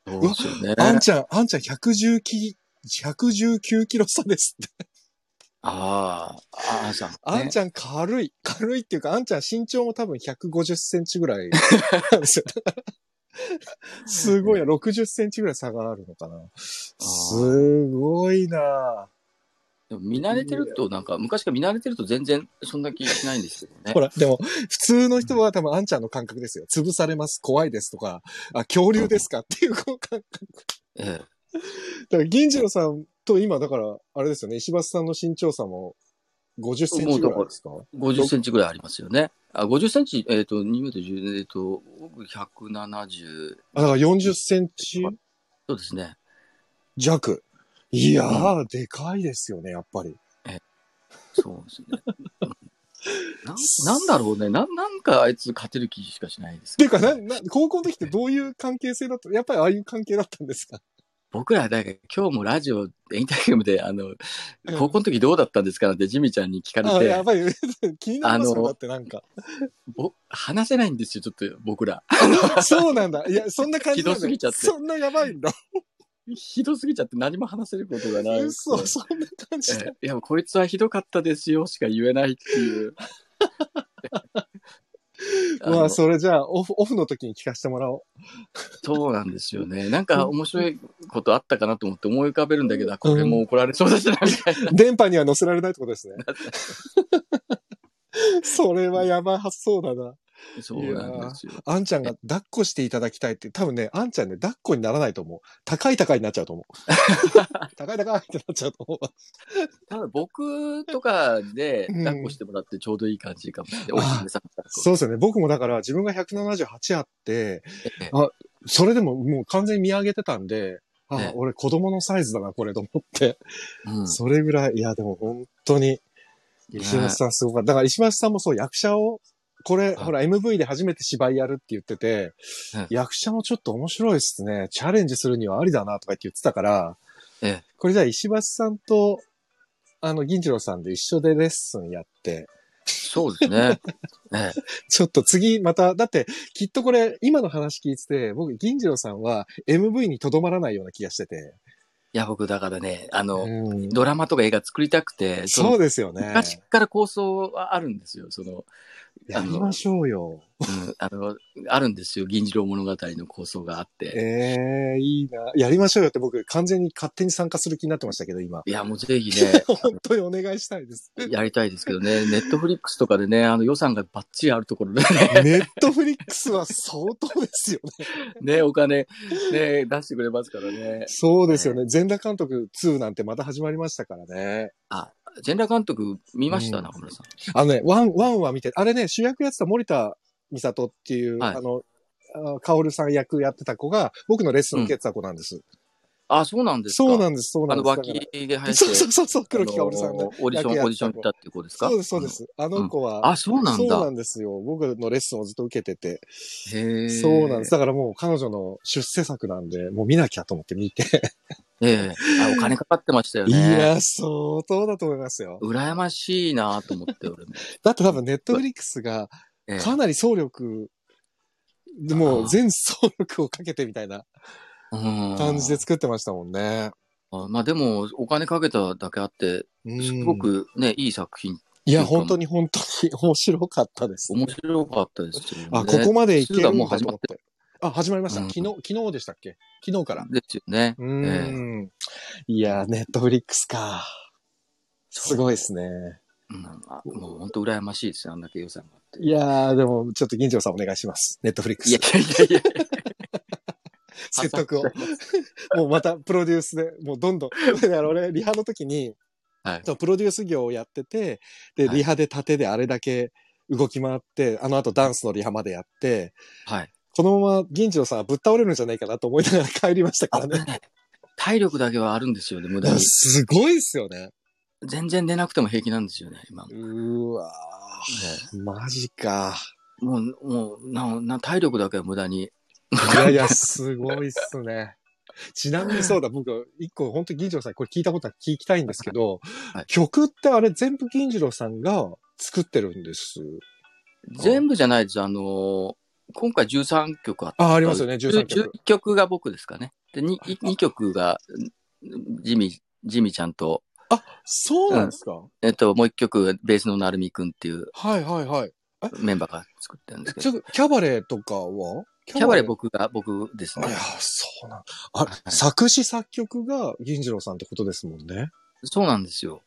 Speaker 2: そうですよね。
Speaker 1: あんちゃん、あんちゃん119キ、119キロ差ですって。
Speaker 2: ああ、あんさん、ね。
Speaker 1: あんちゃん軽い。 軽いっていうか、あんちゃん身長も多分150センチぐら いなんですよ。すごいな。60センチぐらい差があるのかな。すごいな。
Speaker 2: でも見慣れてると、なんか、昔から見慣れてると全然そんな気しないんですけどね
Speaker 1: ほ。ら、でも、普通の人は多分あんちゃんの感覚ですよ。潰されます。怖いですとか、あ、恐竜ですかっていうこの 感覚
Speaker 2: ええ
Speaker 1: だから、銀次郎さんと今、だから、あれですよね、石橋さんの身長差も50センチぐらいですか
Speaker 2: 50センチぐらいありますよね。あ、50センチ、えっ、と、2メートル10、えっ、と、僕170、
Speaker 1: あだから40センチ
Speaker 2: そうですね。
Speaker 1: 弱。いやー、でかいですよね、やっぱり。
Speaker 2: そ うですね。うんななんだろうね。なん、なんかあいつ勝てる気しかしないです
Speaker 1: て
Speaker 2: け
Speaker 1: いう
Speaker 2: ど
Speaker 1: か、
Speaker 2: ね、
Speaker 1: な、な、高校の時ってどういう関係性だったやっぱりああいう関係だったんですか
Speaker 2: 僕ら、だから今日もラジオ、インタビューで、あの、高校の時どうだったんですかなんてジミちゃんに聞か
Speaker 1: あ、
Speaker 2: れ
Speaker 1: や
Speaker 2: て
Speaker 1: っ、ぱり 気になります
Speaker 2: あ
Speaker 1: よ、
Speaker 2: の
Speaker 1: だってなんか。
Speaker 2: ぼ話せないんですよ、ちょっと僕ら。
Speaker 1: そうなんだ。いや、そんな感じなん
Speaker 2: ひど
Speaker 1: だ
Speaker 2: すぎちゃって
Speaker 1: そんなやばいんだ。
Speaker 2: ひどすぎちゃって何も話せることがない。
Speaker 1: 嘘、そんな感じだ。
Speaker 2: えいや、こいつはひどかったですよしか言えないって いう。
Speaker 1: ま
Speaker 2: あの
Speaker 1: あ、それじゃあ、オフ、オフの時に聞かせてもらおう。
Speaker 2: そうなんですよね。なんか面白いことあったかなと思って思い浮かべるんだけど、あこれもう怒られそうだしな、みたいな。
Speaker 1: 電波には載せられないってこと ですね。それはやばい発想だな。
Speaker 2: そうなんですよ。
Speaker 1: あんちゃんが抱っこしていただきたいって、多分ね、あんちゃんね、抱っこにならないと思う。高い高いになっちゃうと思う。 高い高いってなっちゃうと思う。
Speaker 2: ただ僕とかで
Speaker 1: うん
Speaker 2: 抱っこしてもらってちょうどいい感じかもしれない。お姫さん抱っこ
Speaker 1: そうですよね。僕もだから自分が178あって、
Speaker 2: ええ
Speaker 1: あ、それでももう完全に見上げてたんで、あ、
Speaker 2: ええ
Speaker 1: 俺子供のサイズだな、これと思って。
Speaker 2: うん
Speaker 1: それぐらい、いや、でも本当に、石橋さんすごかった。だから石橋さんもそう、役者を、これ、
Speaker 2: はい
Speaker 1: ほら、MV で初めて芝居やるって言ってて、
Speaker 2: はい
Speaker 1: 役者もちょっと面白いですね。チャレンジするにはありだなとか言って言ってたから、
Speaker 2: ええ
Speaker 1: これじゃあ石橋さんと、あの、銀次郎さんで一緒でレッスンやって、
Speaker 2: そうですね。え
Speaker 1: ちょっと次また、だって、きっとこれ、今の話聞いてて、僕、銀次郎さんは MV にとどまらないような気がしてて。
Speaker 2: いや、僕だからね、あの、
Speaker 1: うん
Speaker 2: ドラマとか映画作りたくて、の
Speaker 1: そうですよね。
Speaker 2: 昔から構想はあるんですよ。その、
Speaker 1: やりましょうよ。
Speaker 2: うんあの、あるんですよ。銀次郎物語の構想があって。
Speaker 1: ええいいな。やりましょうよって僕完全に勝手に参加する気になってましたけど、今。、
Speaker 2: いや、もうぜひね
Speaker 1: 本当にお願いしたい です。
Speaker 2: やりたいですけどね、ネットフリックスとかでね、あの予算がバッチリあるところで ね、
Speaker 1: ネットフリックスは相当ですよね。
Speaker 2: ねお金、ね、出してくれますからね。
Speaker 1: そうですよね。全裸監督2なんてまた始まりましたからね。
Speaker 2: 全裸監督見ました、
Speaker 1: うん
Speaker 2: 中村さん。
Speaker 1: あのね、ワン、ワンは見て、あれね、主役やってた森田美里っていう、
Speaker 2: はい
Speaker 1: あの、あカオルさん役やってた子が、僕のレッスン受けてた子なんです。
Speaker 2: あ、そうなんですか。
Speaker 1: そうなんんです、そうな
Speaker 2: あ
Speaker 1: ん
Speaker 2: の、
Speaker 1: です。
Speaker 2: 脇
Speaker 1: だか
Speaker 2: で生え
Speaker 1: ら
Speaker 2: て、
Speaker 1: そうそうそうそう、黒木薫さん
Speaker 2: あの
Speaker 1: が。
Speaker 2: オーディショ
Speaker 1: 役やってた
Speaker 2: ン、オーディション行ったっていう子ですか
Speaker 1: そうです、そうで。す。あの子
Speaker 2: ん
Speaker 1: は、
Speaker 2: あ、そうなん
Speaker 1: そう
Speaker 2: だ。
Speaker 1: なんですよ。僕のレッスンをずっと受けてて。
Speaker 2: へえ。
Speaker 1: そうなんです。。だからもう彼女の出世作なんで、もう見なきゃと思って見て。
Speaker 2: ええあ、お金かかってましたよ
Speaker 1: い
Speaker 2: ね。
Speaker 1: や、相当だと思いますよ。
Speaker 2: 羨ましいなと思って、俺も。
Speaker 1: だって多分ネットフリックスが
Speaker 2: ええ
Speaker 1: かなり総力、もう全総力をかけてみたいな
Speaker 2: うん
Speaker 1: 感じで作ってましたもんね。
Speaker 2: あまあでも、お金かけただけあって、
Speaker 1: うん
Speaker 2: すご。くね、いい作品、
Speaker 1: いや、本当に本当に面白かったです。
Speaker 2: 面白かったですよね。
Speaker 1: あ、ここまでいける
Speaker 2: 2がも
Speaker 1: ん
Speaker 2: う
Speaker 1: だ
Speaker 2: 始
Speaker 1: と
Speaker 2: ま
Speaker 1: 思っ
Speaker 2: って
Speaker 1: て。あ、始まりました。
Speaker 2: うん
Speaker 1: 昨日、昨日でしたっけ昨日から。
Speaker 2: るですよね。
Speaker 1: う
Speaker 2: ええ
Speaker 1: ん。いや、ネットフリックスか。すごいですね。
Speaker 2: うんあもう本当羨ましいですよ、あんだけ予算があって。
Speaker 1: いやー、でも、ちょっと銀次郎さんお願 いします。ネットフリック
Speaker 2: いや
Speaker 1: ス
Speaker 2: い。やい やいや。
Speaker 1: 説得を。もうまたプロデュースで、もうどんどん。だから俺、リハの時に、
Speaker 2: はい
Speaker 1: そのプロデュース業をやってて、で、
Speaker 2: はい
Speaker 1: リハで盾であれだけ動き回って、あの後ダンスのリハまでやって、
Speaker 2: はい。
Speaker 1: このまま銀次郎さんはぶっ倒れるんじゃないかなと思いながら帰りましたからね。
Speaker 2: 体力だけはあるんですよね、無駄に。
Speaker 1: すごいっすよね。
Speaker 2: 全然寝なくても平気なんですよね、今も。
Speaker 1: うーわーマジか。
Speaker 2: もう、もう、な、な、体力だけは無駄に。
Speaker 1: いやいや、すごいっすね。ちなみにそうだ、僕、一個、本当に銀次郎さん、これ聞いたことは聞きたいんですけど、
Speaker 2: はい
Speaker 1: 曲ってあれ全部銀次郎さんが作ってるんです。
Speaker 2: 全部じゃないです。あのー今回13曲あって、
Speaker 1: あ、ありますよね、13
Speaker 2: 10
Speaker 1: 曲。
Speaker 2: 曲が僕ですかね。で、2, 2曲が、んジミー、ジミーちゃんと、
Speaker 1: そうなんですか、
Speaker 2: えっと、もう1曲、ベースのなるみくんっていう
Speaker 1: はいはいはい。
Speaker 2: メンバーが作ってるんですけ
Speaker 1: ち
Speaker 2: ど、
Speaker 1: ょっと、キャバレーとかはキ
Speaker 2: キャバレー僕が、僕です
Speaker 1: い
Speaker 2: ね
Speaker 1: や。、そうなんあ、
Speaker 2: はい
Speaker 1: 作詞作曲が銀次郎さんってことですもんね。
Speaker 2: そうなんですよ。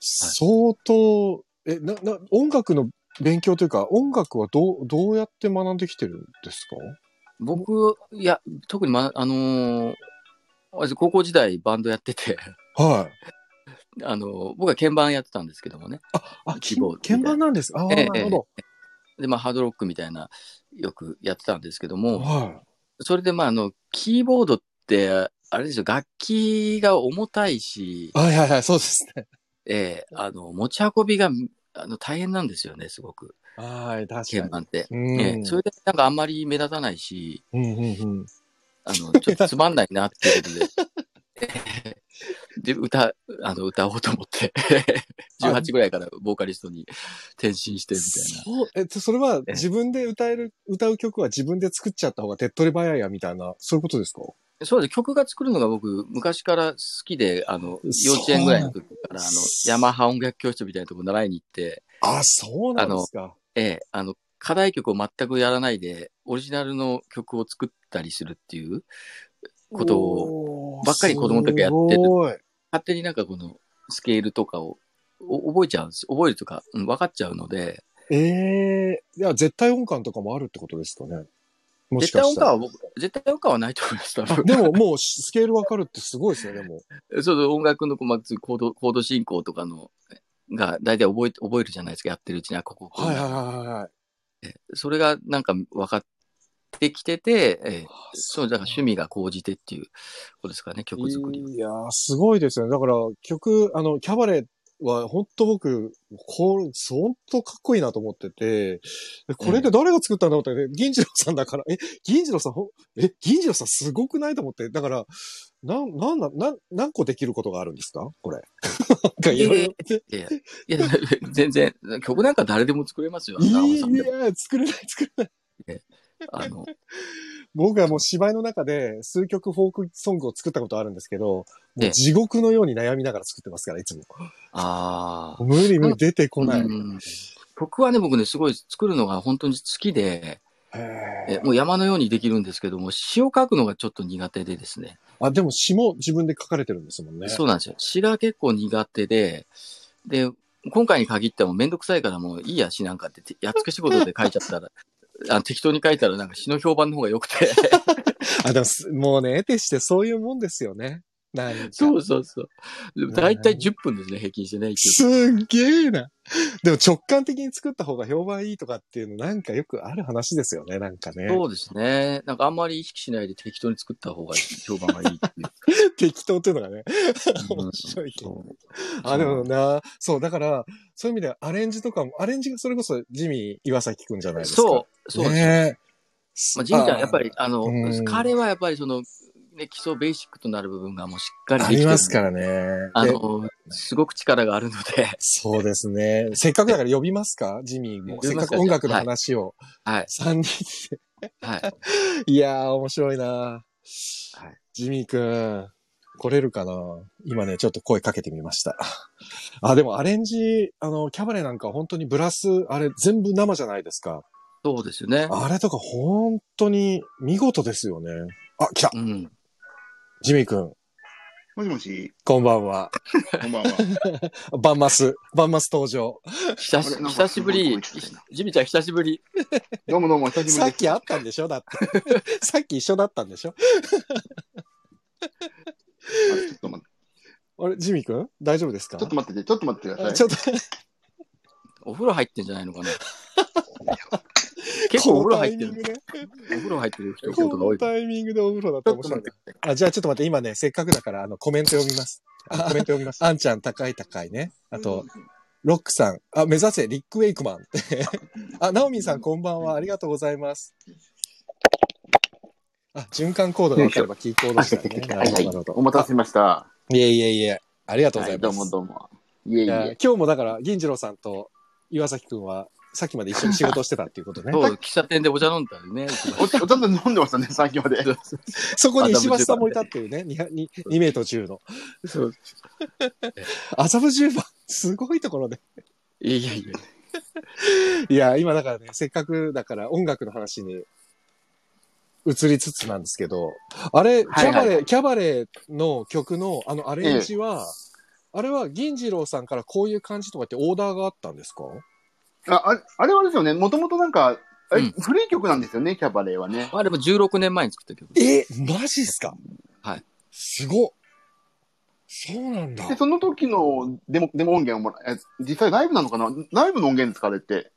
Speaker 1: 相当、え、な、な、音楽の勉強というか、音楽はどう、どうやって学んできてるんですか
Speaker 2: 僕、いや、特に、ま、あのー私高校時代バンドやってて、
Speaker 1: はい。
Speaker 2: あのー僕は鍵盤やってたんですけどもね。
Speaker 1: あ、き
Speaker 2: 希望みたい
Speaker 1: 鍵
Speaker 2: な
Speaker 1: 盤なんです。ああ、
Speaker 2: ええ
Speaker 1: なるほど。
Speaker 2: で、まあ、ハードロックみたいな、よくやってたんですけども、
Speaker 1: は
Speaker 2: それで、まあ、あの、キーボードって、あれですよ、楽器が重たいし
Speaker 1: い。、はいはいはい、そうですね。
Speaker 2: ええあの、持ち運びが、あの、大変なんですよね、すごく。
Speaker 1: はい、確か
Speaker 2: 鍵
Speaker 1: に。
Speaker 2: 盤って。
Speaker 1: うん
Speaker 2: ええそれで、なんかあんまり目立たないし、
Speaker 1: うんうんうん。
Speaker 2: あ の、ちょっとつまんないなっていうこと で。で、歌、あの、歌おうと 思って、18ぐらいからボーカリストに転身してみたいな。
Speaker 1: そう、え、それは
Speaker 2: ええ
Speaker 1: 自分で歌える、歌う曲は自分で作っちゃった方が手っ取り早いや、みたいな、そういうことですか
Speaker 2: そうです。曲が作るのが僕、昔から好きで、あの、幼稚園ぐらいの時から、あの、ヤマハ音楽教室みたいなとこ習いに行って、
Speaker 1: あ、そうなんですか。
Speaker 2: ええ、あの、課題曲を全くやらないで、オリジナルの曲を作ったりするっていう、こと
Speaker 1: を
Speaker 2: ばっかり子供の時やってる
Speaker 1: すごい。
Speaker 2: 勝手になんかこのスケールとかをお覚えちゃうんです。覚えるとか、うん、分かっちゃうので、
Speaker 1: ええいや、絶対音感とかもあるってことですかね。もし
Speaker 2: 絶
Speaker 1: か
Speaker 2: 対
Speaker 1: し
Speaker 2: 音
Speaker 1: たら
Speaker 2: 感は。僕、絶対音感はないと思います、多分。
Speaker 1: でももうスケールわかるってすごいですね、でも。
Speaker 2: そうそう、音楽の、まあ、コード、コード進行とかの、が、大体覚え、覚えるじゃないですか、やってるうちに、あ、ここ、こう
Speaker 1: はいはいはいはいはい。
Speaker 2: それがなんか分かってきてて、ええそう、だから趣味が高じてっていうことですかね、曲作りは。
Speaker 1: いやー、すごいですよね。だから曲、あの、キャバレーは本当僕、こう、本当かっこいいなと思ってて、でこれって誰が作ったんだろうって、ね、銀次郎さんだから、え、銀次郎さん、ほんえ、銀次郎さんすごくないと思って、だから、なん、なんだ、なん、何個できることがあるんですかこれ。 なんかいろいろ。
Speaker 2: いや、いや全然、曲なんか誰でも作れますよ、
Speaker 1: いい、い
Speaker 2: 長尾さんでも。
Speaker 1: や、作れない作れない。
Speaker 2: あの、
Speaker 1: 僕はもう芝居の中で数曲フォークソングを作ったことあるんですけど、も
Speaker 2: え
Speaker 1: う
Speaker 2: え
Speaker 1: 地獄のように悩みながら作ってますから、いつも。
Speaker 2: ああ。
Speaker 1: 無理無理出てこない。
Speaker 2: うん曲はね、僕ね、すごい作るのが本当に好きで、
Speaker 1: へ
Speaker 2: え
Speaker 1: え。
Speaker 2: もう山のようにできるんですけども、詩を書くのがちょっと苦手でですね。
Speaker 1: あ、でも詩も自分で書かれてるんですもんね。
Speaker 2: そうなんですよ。詩が結構苦手で、で、今回に限ってはもうめんどくさいからもういいや詩なんかって、やっつけ仕事で書いちゃ ったら、あ適当に書いたらなんか詩の評判の方が良くて。
Speaker 1: あ、でもす、もうね、得てしてそういうもんですよね。なんか
Speaker 2: そうそうそう。でも大体10分ですね、平均してね。一
Speaker 1: すっげえな。でも直感的に作った方が評判いいとかっていうのなんかよくある話ですよね、なんか
Speaker 2: 応
Speaker 1: ね。
Speaker 2: そうですね。なんかあんまり意識しないで適当に作った方が評判がいいっていう
Speaker 1: 適当っていうのがね。
Speaker 2: うん
Speaker 1: 面白いけど
Speaker 2: そう
Speaker 1: あ、でもな、そう、だから、そういう意味ではアレンジとかも、アレンジがそれこそジミー岩崎くんじゃないですか。
Speaker 2: そう、そうなんですよ。
Speaker 1: ね
Speaker 2: まあ、ジンちゃん、やっぱり、あの
Speaker 1: うん、
Speaker 2: 彼はやっぱりその、ね、基礎ベーシックとなる部分がもうしっかり
Speaker 1: あ
Speaker 2: できて
Speaker 1: り
Speaker 2: る
Speaker 1: ますからね。
Speaker 2: あ
Speaker 1: で
Speaker 2: の、すごく力があるので、
Speaker 1: そうですね。せっかくだから呼びますかジミーも。
Speaker 2: 呼
Speaker 1: せっ
Speaker 2: びま
Speaker 1: か
Speaker 2: すか
Speaker 1: く音楽の話を。
Speaker 2: はい、
Speaker 1: 三人で。
Speaker 2: はい。
Speaker 1: いやー、面白いな、
Speaker 2: い
Speaker 1: ジミーくん、来れるかな今ね、ちょっと声かけてみました。 あ、でもアレンジ、あの、キャバレーなんか本当にブラス、あれ全部生じゃないですか。
Speaker 2: そうですよね。
Speaker 1: あれとか本当に見事ですよね。あ、来た
Speaker 2: うん。
Speaker 1: ジミーくん、
Speaker 3: もし もし、
Speaker 1: こんばんは。
Speaker 3: こんばんは。
Speaker 1: バンマス、バンマス登場。
Speaker 2: 久し
Speaker 3: あれなんか
Speaker 2: 久しぶり
Speaker 3: すごい声聞こえてきたな、
Speaker 2: ジミちゃん久しぶり。
Speaker 3: どうもどうも、久しぶりです。
Speaker 1: さっき会ったんでしょだって。 さっき一緒だったんでしょ
Speaker 3: あちょっと待って、
Speaker 1: あれ、ジミーくん大丈夫ですか
Speaker 3: ちょっと待ってて、ちょっと待っててください。
Speaker 1: ちょっと、
Speaker 2: お風呂入ってんじゃないのかな。結構お風呂入って
Speaker 1: こ
Speaker 2: る。
Speaker 1: のタイミングね
Speaker 2: お風呂入ってる人
Speaker 1: こ
Speaker 2: が多
Speaker 1: の
Speaker 2: い。
Speaker 1: タイミングでお風呂だったら面白いな。あ、じゃあちょっと待って、今ね、せっかくだから、あの、コメント読みます。あコメント読みます。 あんちゃん、高い高いね。あと、ロックさん、あ、目指せ、リック・ウェイクマン って。あ、ナオミンさん、こんばんは。ありがとうございます。あ、循環コードが分かればキーコード
Speaker 3: あ
Speaker 1: でし
Speaker 3: 来
Speaker 1: たね。
Speaker 3: た来た来た
Speaker 1: な
Speaker 3: は
Speaker 1: る
Speaker 3: い
Speaker 1: ほど、な
Speaker 3: はい
Speaker 1: るほ
Speaker 3: お待たせしました。
Speaker 1: ど。いえいえいえ、ありがとうご
Speaker 3: は
Speaker 1: ざい
Speaker 3: い、ど
Speaker 1: ま
Speaker 3: うも
Speaker 1: す。
Speaker 3: どうも。いえ
Speaker 1: い
Speaker 3: い
Speaker 1: や
Speaker 3: え。
Speaker 1: 今日もだから、銀次郎さんと岩崎くんは、さっきまで一緒に仕事をしてたっていうことね。
Speaker 2: そう、喫茶店でお茶飲んだよね。
Speaker 3: おおちょっと飲んでましたね、最近まで。
Speaker 1: そこに石橋さんもいたっていうね、2, 2メートル10の。
Speaker 2: そう
Speaker 1: 麻布十番、すごいところで。
Speaker 2: いやいやいや。
Speaker 1: いや、今だからね、せっかくだから音楽の話に移りつつなんですけど、あれ、キ
Speaker 3: はい
Speaker 1: ャバレー、
Speaker 3: はい
Speaker 1: キャバレーの曲のあのアレンジは、あれは銀次郎さんからこういう感じとかってオーダーがあったんですか
Speaker 3: あああれはあれですよね、もともとなんか、あれ
Speaker 2: うん
Speaker 3: 古い曲なんですよね、キャバレーはね。
Speaker 2: あれも16年前に作った曲。
Speaker 1: え、マジっすか
Speaker 2: はい。
Speaker 1: すごっそうなんだ
Speaker 3: で、その時のデモデモ音源をもらえ、実際ライブなのかなライブの音源ですか、あれって。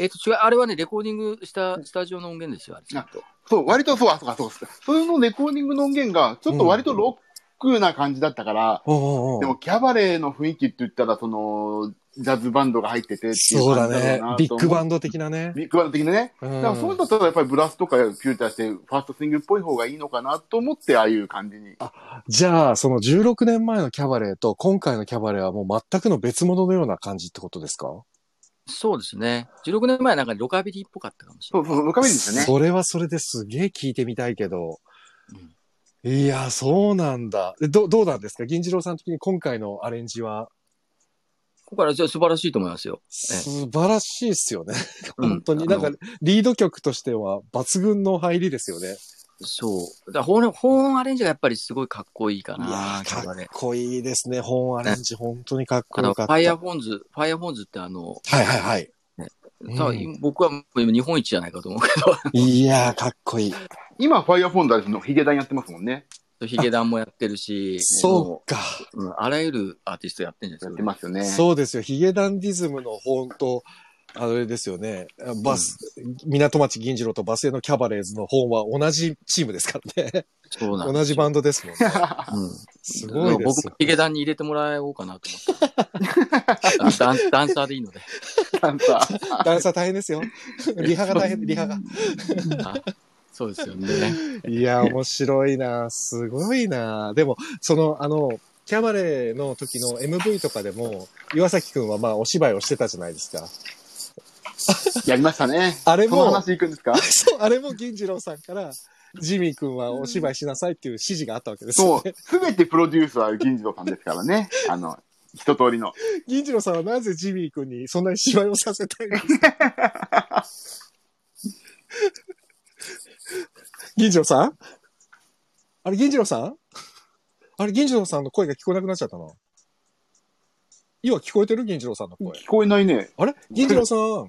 Speaker 2: えっと、違う、あれはね、レコーディングしたスタジオの音源ですよ、あれ。
Speaker 3: あそう、割とそう、あ、そうか、そうです。それのレコーディングの音源が、ちょっと割とロックな感じだったから、
Speaker 1: おうおうおう
Speaker 3: でもキャバレーの雰囲気って言ったら、その、ジャズバンドが入っててってい
Speaker 1: そううだ
Speaker 3: 感じろ
Speaker 1: ね
Speaker 3: な。
Speaker 1: ビッグバ
Speaker 3: ン
Speaker 1: ンド的なね。
Speaker 3: ビッグバンド的なね。
Speaker 1: う
Speaker 3: だ
Speaker 1: ん
Speaker 3: からそうだったらやっぱりブラスとかフューチャーして、ファーストシングルっぽい方がいいのかなと思って、ああいう感じに。
Speaker 1: じゃあ、その16年前のキャバレーと今回のキャバレーはもう全くの別物のような感じってことですか
Speaker 2: そうですね。16年前はなんかロカビリーっぽかったかもしれ
Speaker 3: そ
Speaker 2: な
Speaker 3: うそう、浮かべるんですよね。
Speaker 1: それはそれですげえ聞いてみたいけど。
Speaker 2: うん。
Speaker 1: いや、そうなんだ。でどどうなんですか銀次郎さん的に今回のアレンジはい
Speaker 2: ここからじゃあ素晴らしいと思いますよ。
Speaker 1: 素晴らしいっすよね。
Speaker 2: うん
Speaker 1: 本当に。
Speaker 2: あ
Speaker 1: なん
Speaker 2: の
Speaker 1: か、リード曲としては抜群の入りですよね。
Speaker 2: そう。だから保温、保温アレンジがやっぱりすごいかっこいいか
Speaker 1: いや
Speaker 2: な
Speaker 1: ー、、か
Speaker 2: キャバ
Speaker 1: っ
Speaker 2: レー
Speaker 1: こいいですね。本アレンジ、本当にかっこ
Speaker 2: あ
Speaker 1: よ
Speaker 2: の、フ
Speaker 1: かった。
Speaker 2: ァ
Speaker 1: はい
Speaker 2: イア
Speaker 1: は
Speaker 2: フォンズ、ファイアフォンズってあの、
Speaker 1: いはい。ん
Speaker 2: 多分僕はもう今日本一じゃないかと思うけ
Speaker 1: いやー、かっこいい。
Speaker 3: 今、ファイアフォンダーズのヒゲダンやってますもんね。
Speaker 2: ど、ヒゲダンもやってるし、
Speaker 1: そうか。
Speaker 2: もううんあらゆるアーティストやってるんじゃ
Speaker 3: や
Speaker 2: な
Speaker 3: っ
Speaker 2: いです
Speaker 3: て
Speaker 2: か。
Speaker 3: ますよね。
Speaker 1: そうですよ。ヒゲダンディズムの本当、あれですよね。バス、港町銀次郎とバスへのキャバレーズの本は同じチームですからね。
Speaker 2: そうなん
Speaker 1: 同じバン
Speaker 2: ン
Speaker 1: ドですもんね。
Speaker 2: うん、
Speaker 1: すごいです
Speaker 2: 僕
Speaker 1: よ
Speaker 2: も。ヒゲダンに入れてもらおうかなと思って。 あのダンダンサーでいいので。
Speaker 3: なんか
Speaker 1: ダンサー大変ですよ。リハが大変、リハが。
Speaker 2: あそうですよね。
Speaker 1: いや、面白いな。すごいな。でも、その、あの、キャバレーの時の MV とかでも、岩崎くんはまあお芝居をしてたじゃないですか。
Speaker 3: やりましたね。
Speaker 1: あれ
Speaker 3: その
Speaker 1: も、
Speaker 3: 話いく んですか
Speaker 1: そう、あれも銀次郎さんから、ジミーくんはお芝居しなさいっていう指示があったわけですよ
Speaker 3: そ
Speaker 1: ね
Speaker 3: う。すべてプロデューサー、銀次郎さんですからね。あの、一通りの。
Speaker 1: 銀次郎さんはなぜジミー君にそんなに芝居をさせたい の銀次郎さんあれ、銀次郎さんあれ、銀次郎さんの声が聞こえなくなっちゃったな。今聞こえてる銀次郎さんの声。
Speaker 3: 聞こえないね。
Speaker 1: あれ銀次郎さん。
Speaker 2: は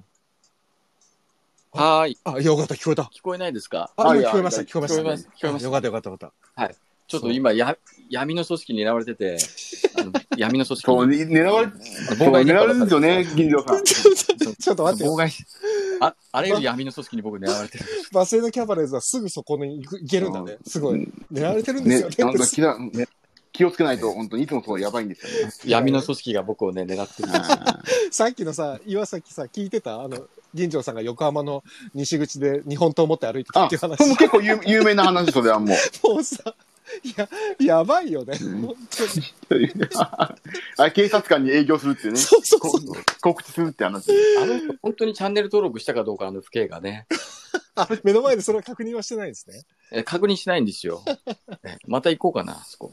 Speaker 2: ーい。
Speaker 1: あ、よかった、聞こえた。
Speaker 2: 聞こえないですか
Speaker 1: あ、
Speaker 3: はい
Speaker 1: 今聞こえました、聞こえました。
Speaker 2: 聞こえました聞こえまし
Speaker 1: あ
Speaker 2: た
Speaker 1: よかった、よかった、よかっ
Speaker 2: ちょっと今や、闇の組織に狙われてて、あの闇の組織
Speaker 3: そう、
Speaker 2: に
Speaker 3: に狙われ、
Speaker 2: 妨害
Speaker 3: 狙われるんですよね、銀城さん。
Speaker 1: た。 ちょっと待って
Speaker 2: 妨、害あ、あらゆる闇の組織に僕狙われてる。
Speaker 1: バスエのキャバレーズはすぐそこに行く行けるんだね。すごい。狙われてるんで
Speaker 3: ね
Speaker 1: すよね。、
Speaker 3: なんか気だ、ね気をつけないと、本当にいつもそうやばいんですよね。
Speaker 2: 闇の組織が僕をね、狙ってる。
Speaker 1: さっきのさ、岩崎さ、聞いてたあの、銀城さんが横浜の西口で日本刀持って歩いてた
Speaker 3: あ
Speaker 1: っていう、
Speaker 3: それ
Speaker 1: 話。
Speaker 3: も結構有有名な話、それは もう。
Speaker 1: もうさ、や、やばいよね。
Speaker 3: うん
Speaker 1: 本当に。
Speaker 3: あ警察官に営業するっていうね。
Speaker 1: そうそうそう。
Speaker 3: こ告知するって話。
Speaker 2: あの人、本当にチャンネル登録したかどうか、あの、不景がね、
Speaker 1: あ、目の前でそれは確認はしてないんですね。
Speaker 2: え確認しないんですよ。えまた行こうかな、そこ。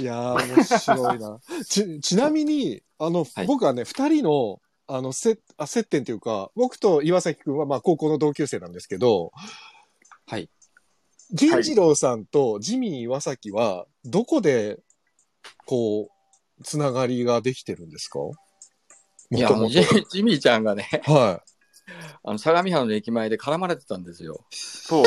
Speaker 1: いやー、面白いな。ち、ちなみに、あの、
Speaker 2: はい
Speaker 1: 僕はね、二人の、あの、せ、あ、接点というか、僕と岩崎くんは、まあ、高校の同級生なんですけど、
Speaker 2: はい。
Speaker 1: 銀次郎さんとジミー岩崎は、どこで、こう、つながりができてるんですか
Speaker 2: いや、あの
Speaker 1: もと
Speaker 2: ジ
Speaker 1: も
Speaker 2: ミジミーちゃんがね、
Speaker 1: とは
Speaker 2: あの、相模原の駅前で絡まれてたんですよ。
Speaker 3: そう。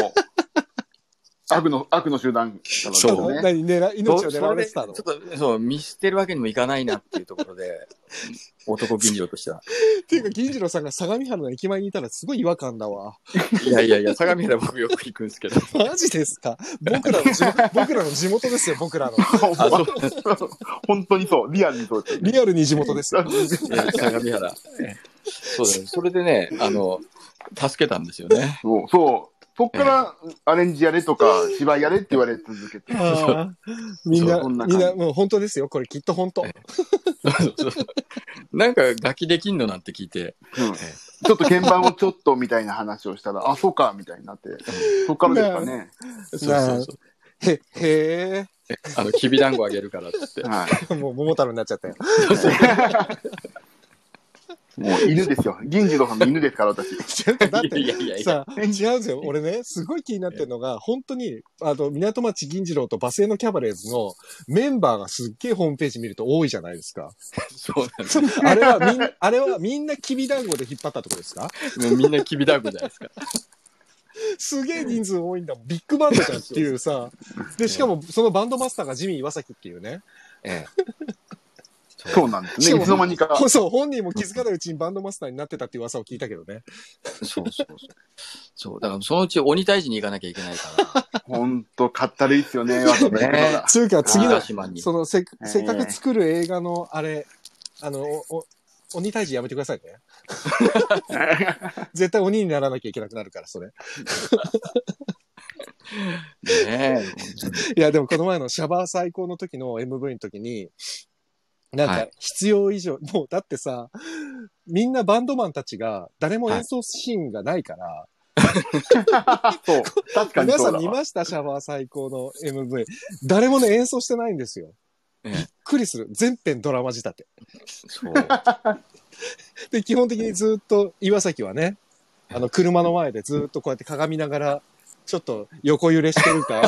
Speaker 3: 悪の、悪の集団だ
Speaker 1: い。
Speaker 3: からね。
Speaker 1: 何、狙い、命を狙われてたの
Speaker 2: それでちょっと、そう、見捨てるわけにもいかないなっていうとこ ろで、男銀次としては。
Speaker 1: っていうか、銀次郎さんが相模原の駅前にいたらすごい違和感だわ。
Speaker 2: いやいやいや、相模原僕よく行くんですけど。
Speaker 1: マジですか僕らの地元、僕らの地元ですよ、僕らの。
Speaker 2: あ、そう、
Speaker 3: 本当にそう。リアルにそうです。
Speaker 1: リアルに地元ですよ。
Speaker 2: いや相模原。そうだね。それでね、あの、助けたんですよね。
Speaker 3: そう。そうそっからアレンジやれとか、芝居やれって言われ続けて。
Speaker 1: みんな、
Speaker 3: そんな感
Speaker 1: み
Speaker 3: じ
Speaker 1: んな、もう本当ですよ。これきっと本当。
Speaker 2: そうそうそうなんか楽器できんのなんて聞いて、
Speaker 3: うんちょっと鍵盤をちょっとみたいな話をしたら、あ、そうか、みたいになって。そっからですかね。
Speaker 2: そうそうそう。
Speaker 1: へ、へ
Speaker 2: あの、きびだんごあげるからっつって。
Speaker 3: は
Speaker 1: え。もう桃太郎になっちゃったよ。
Speaker 3: い。もう犬ですよ。銀次郎さんの犬ですから、私。
Speaker 1: だっ
Speaker 2: い
Speaker 1: て、
Speaker 2: やいやいや。
Speaker 1: さ、違うん ですよ。俺ね、すごい気になってるのが、本当に、あの、港町銀次郎とバスへのキャバレーズのメンバーがすっげえホームページ見ると多いじゃないですか。
Speaker 2: そうなんです
Speaker 1: あれはみん、あれはみんなきび団子で引っ張ったとこですか
Speaker 2: もうみんなきびだんごじゃないですか。
Speaker 1: すげえ人数多いんだもん。ビッグバンドじゃんっていうさ。で、しかもそのバンドマスターがジミー岩崎っていうね。
Speaker 2: え
Speaker 3: そうなんですね。いつの間にか。
Speaker 1: ほそう、本人も気づかないうちにバンドマスターになってたっていう噂を聞いたけどね。
Speaker 2: え。そうそうそう。そう、だからそのうち鬼退治に行かなきゃいけないから。
Speaker 3: ほんと、かったるいっすよね、わざとね。
Speaker 1: つうか次の
Speaker 2: 鹿、島に。
Speaker 1: そのせ、
Speaker 3: えー
Speaker 1: せっかく作る映画のあれ、あの、お、お鬼退治やめてください ね。絶対鬼にならなきゃいけなくなるから、それ。
Speaker 2: ね
Speaker 1: いや、でもこの前のシャバー最高の時の MV の時に、なん
Speaker 2: は
Speaker 1: か
Speaker 2: い
Speaker 1: 必要以上、もうだってさ、みんなバンドマンたちが誰も演奏シーンがないから、
Speaker 3: そう。確かに
Speaker 1: 皆
Speaker 3: そ
Speaker 1: さ
Speaker 3: うんだ
Speaker 1: 見
Speaker 3: わ。
Speaker 1: ましたシャバー最高の MV。誰もね、演奏してないんですよ。
Speaker 2: え
Speaker 1: び
Speaker 2: え
Speaker 1: っくりする。全編ドラマ仕立て。
Speaker 2: そう。
Speaker 1: で、基本的にずっと岩崎はね、あの、車の前でずっとこうやって鏡ながら、ちょっと横揺れしてる か、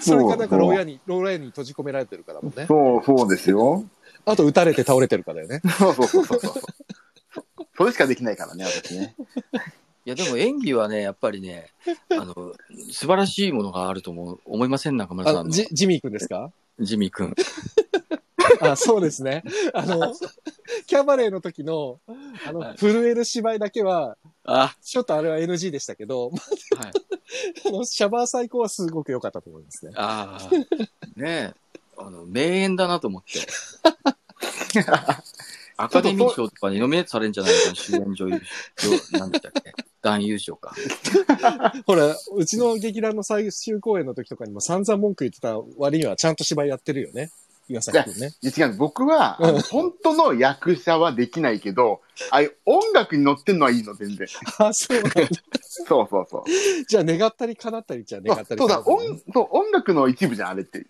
Speaker 1: それかなんか牢屋に、牢屋に閉じ込められてるかだもんね。
Speaker 3: そう、そうですよ。
Speaker 1: あと撃たれて倒れてるかだよね。
Speaker 3: そうそうそうそうそう。それしかできないからね、私ね。
Speaker 2: いや、でも演技はね、やっぱりね、あの、素晴らしいものがあると思う思いません中村
Speaker 1: あ
Speaker 2: さ
Speaker 1: の、
Speaker 2: んの
Speaker 1: ジ、ジミーくんですか
Speaker 2: ジミー君。
Speaker 1: あ、そうですね。あの、キャバレーの時の、あ
Speaker 2: は
Speaker 1: の、
Speaker 2: い
Speaker 1: 震える芝居だけは、
Speaker 2: あ、
Speaker 1: ちょっとあれは NG でしたけど、
Speaker 2: はい。
Speaker 1: あの、シャバー最高はすごく良かったと思いますね。
Speaker 2: ああ、ねえ、あの、名演だなと思って。 アカデミー賞とかにノミネートされるんじゃないかな、主演女優賞、なんだっけ、男優賞か。
Speaker 1: ほら、うちの劇団の最終公演の時とかにも散々文句言ってた割にはちゃんと芝居やってるよね。岩崎くんね。
Speaker 3: いや違うんです僕は、あの本当の役者はできないけど、ああいう音楽に乗ってんのはいいの、全然。
Speaker 1: あ、 そうなんだ。
Speaker 3: そうそうそう。
Speaker 1: じゃあ願ったり叶ったりじゃあ願ったり
Speaker 3: そ
Speaker 1: 叶
Speaker 3: うだ
Speaker 1: ったり
Speaker 3: 音そう、音楽の一部じゃん、あれって。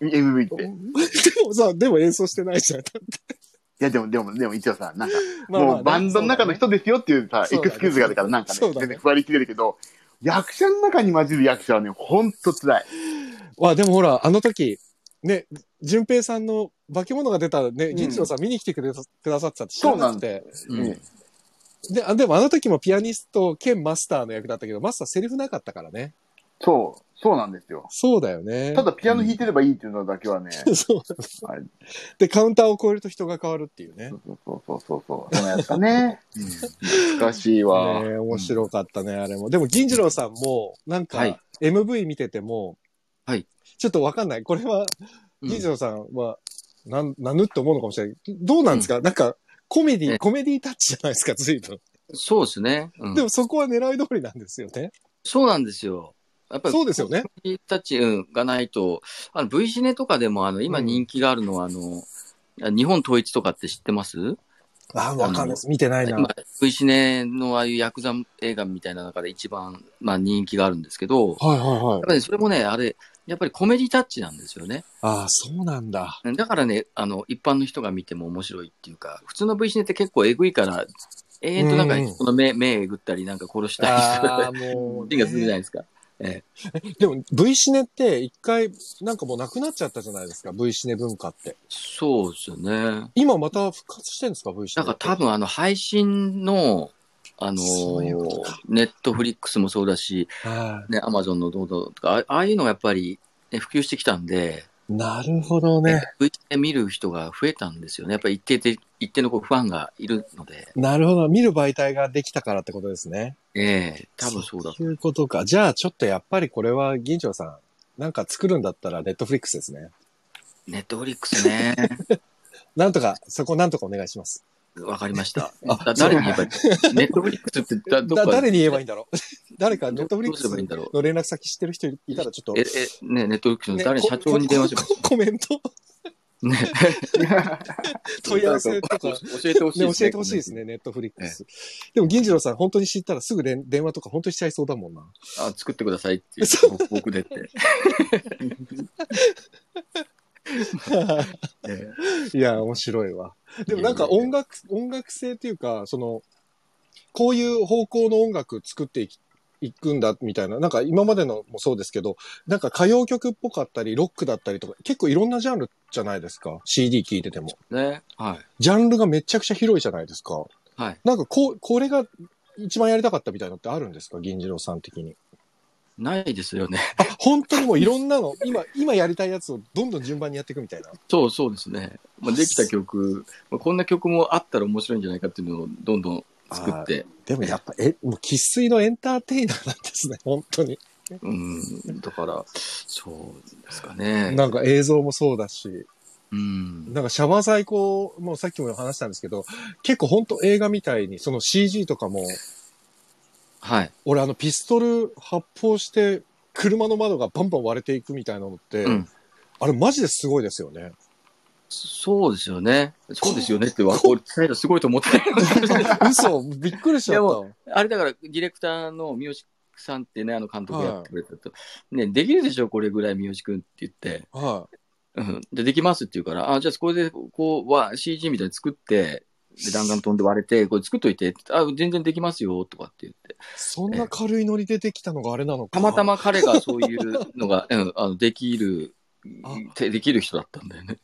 Speaker 3: MV って。
Speaker 1: で
Speaker 3: い
Speaker 1: もさ、でも演奏してないじ ゃん。
Speaker 3: や、でも、でも、でも一応さ、なんか、
Speaker 1: まあまあ
Speaker 3: もうバンドの中の人ですよっていうさ、
Speaker 1: そ
Speaker 3: エ
Speaker 1: うだね
Speaker 3: クスキューズがあるからなんかね、
Speaker 1: そうだね
Speaker 3: 全然座りきれるけど、役者の中に混じる役者はね、ほんと辛い。
Speaker 1: わ、でもほら、あの時、ね、淳平さんの化け物が出たね、銀次郎さん見に来てくれたくださってたって知らなくて。
Speaker 2: うん
Speaker 1: で、あでもあの時もピアニスト兼マスターの役だったけど、マスターセリフなかったからね。
Speaker 3: そう、そうなんですよ。
Speaker 1: そうだよね。
Speaker 3: ただピアノ弾いてればいいっていうのだけはね、
Speaker 1: そう
Speaker 3: あれ
Speaker 1: で、カウンターを超えると人が変わるっていうね。
Speaker 3: そうそうそうそうそう、そのやつ だね。難しいわ。
Speaker 1: ねえ面白かったね、あれも。でも、銀次郎さんも、なん
Speaker 2: は
Speaker 1: か
Speaker 2: い、
Speaker 1: MV 見てても、
Speaker 2: はい
Speaker 1: ちょっとわかんない。これは、
Speaker 2: うん
Speaker 1: 銀次郎さんは、なん、なぬって思うのかもしれない。どうなんですか、なんか、コメディ、
Speaker 2: ね
Speaker 1: コメディタッチじゃないですか、随分。
Speaker 2: そうですね。うん
Speaker 1: でも、そこは狙い通りなんですよね。
Speaker 2: そうなんですよ。やっぱり、
Speaker 1: そうですよね。
Speaker 2: たちうんがないと、あの、V シネとかでも、あの、今
Speaker 1: うん
Speaker 2: 人気があるのは、あの、日本統一とかって知ってます
Speaker 1: ああ、わかんないです。見てないな
Speaker 2: 今。、V シネのああいうヤクザ映画みたいな中で一番、まあ、人気があるんですけど、やっ
Speaker 1: はいはいはい。
Speaker 2: ぱりそれもね、あれ、やっぱりコメディタッチなんですよね。
Speaker 1: ああ、そうなん だ。
Speaker 2: だからね、あの、一般の人が見ても面白いっていうか、普通の V シネって結構えぐいから、永遠となんか
Speaker 1: うん、
Speaker 2: この目、目えぐったり、なんか殺したりと
Speaker 1: あ
Speaker 2: か、
Speaker 1: あ、も う、
Speaker 2: 手がするじゃないですか。
Speaker 1: でも、V シネって、一回、なんかもうなくなっちゃったじゃないですか、V シネ文化って。
Speaker 2: そうですよね。
Speaker 1: 今また復活してるんですか、V シ
Speaker 2: だ
Speaker 1: ネ。
Speaker 2: から多分あの配信の、あの
Speaker 1: そういうことか
Speaker 2: ネットフリックスもそうだし、
Speaker 1: はい。
Speaker 2: ね、アマゾンのどうぞとか、あああいうのがやっぱり、ね、普及してきたんで、
Speaker 1: なるほどね。
Speaker 2: V で見る人が増えたんですよね。やっぱり一定で、一定のこうファンがいるので、
Speaker 1: なるほど。見る媒体ができたからってことですね。
Speaker 2: ええ多分そうだと。
Speaker 1: ということか。じゃあ、ちょっとやっぱりこれは、銀長さん、なんか作るんだったら、ネットフリックスですね。
Speaker 2: ネットフリックスね。
Speaker 1: なんとか、そこなんとかお願いします。
Speaker 2: わかりました。
Speaker 1: あ
Speaker 2: だ誰に言えばいいネットフリックスってだどっ
Speaker 1: だ
Speaker 2: か
Speaker 1: 誰に言えばい
Speaker 2: い
Speaker 1: いんだろう 誰か、ネ
Speaker 2: ど
Speaker 1: ットフリッ
Speaker 2: どう
Speaker 1: ク
Speaker 2: す
Speaker 1: ス
Speaker 2: ればいいんだろう。
Speaker 1: の連絡先知ってる人いたら、ちょっと。
Speaker 2: え、え、ね、ネットフリックスの
Speaker 1: ね
Speaker 2: 誰、社長に電話しま
Speaker 1: ここコメン ト、
Speaker 2: す。ね。
Speaker 1: 問い合わせとか
Speaker 2: 教。えてほしい
Speaker 1: ね、
Speaker 2: で
Speaker 1: 教
Speaker 2: す
Speaker 1: え
Speaker 2: ね。
Speaker 1: てほしいですね、ネットフリックス。でも、銀次郎さん、本当に知ったらすぐ連電話とか本当にしちゃいそうだもんな。
Speaker 2: あ作ってくださいって言
Speaker 1: そ
Speaker 2: って、僕でって。え
Speaker 1: いや、面白いわ。でもなんか
Speaker 2: いやいやいや
Speaker 1: 音楽、音楽性というか、その、こういう方向の音楽作っていきいくんだみたいな、なんか今までのもそうですけど、なんか歌謡曲っぽかったり、ロックだったりとか、結構いろんなジャンルじゃないですか。CD 聴いてても。
Speaker 2: えね。は
Speaker 1: ジャンルがめちゃくちゃ広いじゃないですか。
Speaker 2: い。はい。
Speaker 1: なんかこう、これが一番やりたかったみたいなのってあるんですか銀次郎さん的に。
Speaker 2: ないですよね。
Speaker 1: あ、本当にもういろんなの、今、今やりたいやつをどんどん順番にやっていくみたいな。
Speaker 2: そうそうですね。まあ、できた曲、まあ、こんな曲もあったら面白いんじゃないかっていうのをどんどん作って、
Speaker 1: でもやっぱ、え、もう生粋のエンターテイナーなんですね。 本当に。
Speaker 2: うん。だから、そうですかね。
Speaker 1: なんか映像もそうだし、
Speaker 2: うん。
Speaker 1: なんかシャバー最高、もうさっきも話したんですけど、結構本当映画みたいに、その CG とかも、
Speaker 2: はい。
Speaker 1: 俺あのピストル発砲して、車の窓がバンバン割れていくみたいなのって、
Speaker 2: うん
Speaker 1: あれマジですごいですよ ね。
Speaker 2: そうですよね。そうですよねって、わ俺、伝えたらすごいと思って たよ
Speaker 1: 嘘、びっくりしちゃ
Speaker 2: いや
Speaker 1: っ
Speaker 2: もあれだから、ディレクターの三好さんってね、あの監督やってくれたと、ね、できるでしょ、これぐらい三好くんって言って。
Speaker 1: た。は
Speaker 2: うん、で、できますって言うから、あ、じゃあそこで、こう、わ CG みたいに作って、で、弾丸飛んで割れて、これ作っといて、あ、全然できますよ、とかって言って
Speaker 1: い。。そんな軽いノリでできたのがあれなのか。
Speaker 2: たまた。ま彼がそういう のが、うん、あの、できる
Speaker 1: あ、
Speaker 2: てできる人だったんだよね。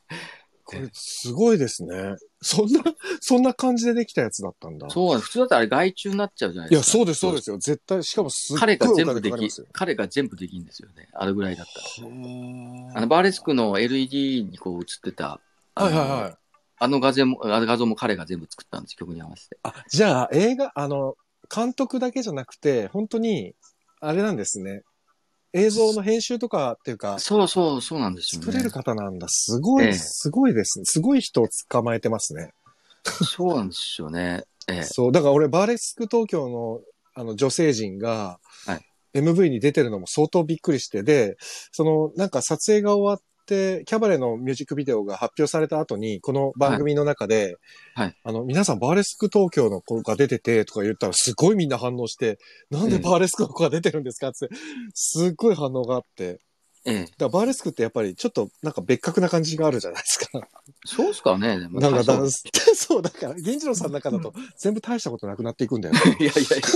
Speaker 1: これすごいですね。そんな、そんな感じでできたやつだったんだ。
Speaker 2: そうなの普通だったらあれ外注になっちゃうじゃない
Speaker 1: い
Speaker 2: で
Speaker 1: や、
Speaker 2: すか。
Speaker 1: そうです、そうですよ。絶対、しかもすっごい
Speaker 2: 彼が
Speaker 1: お金
Speaker 2: 全
Speaker 1: かか
Speaker 2: 部で
Speaker 1: りま
Speaker 2: き
Speaker 1: すよ、
Speaker 2: 彼が全部できるんですよね。あれぐらいだったら。
Speaker 1: は
Speaker 2: あの、バーレスクの LED にこう映ってた、あ
Speaker 1: あ
Speaker 2: の
Speaker 1: はいはいはい。
Speaker 2: あの画像も、あの画像も彼が全部作ったんです、曲に合わせて。
Speaker 1: あ、じゃあ、映画、あの、監督だけじゃなくて、本当に、あれなんですね。映像の編集とかっていうか、
Speaker 2: そうそう、そうなんですよね。
Speaker 1: 作れる方なんだ。すごい、
Speaker 2: ええ
Speaker 1: すごいですね。すごい人を捕まえてますね。
Speaker 2: そうなんですよね。ええ。
Speaker 1: そう。だから俺、バーレスク東京の、あの、女性陣が
Speaker 2: はい、
Speaker 1: MV に出てるのも相当びっくりして、で、その、なんか撮影が終わって、キャバレーのミュージックビデオが発表された後に、この番組の中で、
Speaker 2: はいはい
Speaker 1: あの、皆さんバーレスク東京の子が出てて、とか言ったら、すごいみんな反応して、なんでバーレスクの子が出てるんですかって、すっごい反応があって、
Speaker 2: ええ。
Speaker 1: だからバーレスクってやっぱりちょっとなんか別格な感じがあるじゃないですか。
Speaker 2: そうっすかね。でも
Speaker 1: なんか
Speaker 2: そ
Speaker 1: だ
Speaker 2: う
Speaker 1: そう、だから、源次郎さんの中だと全部大したことなくなっていくんだよね。
Speaker 2: いやいやいや。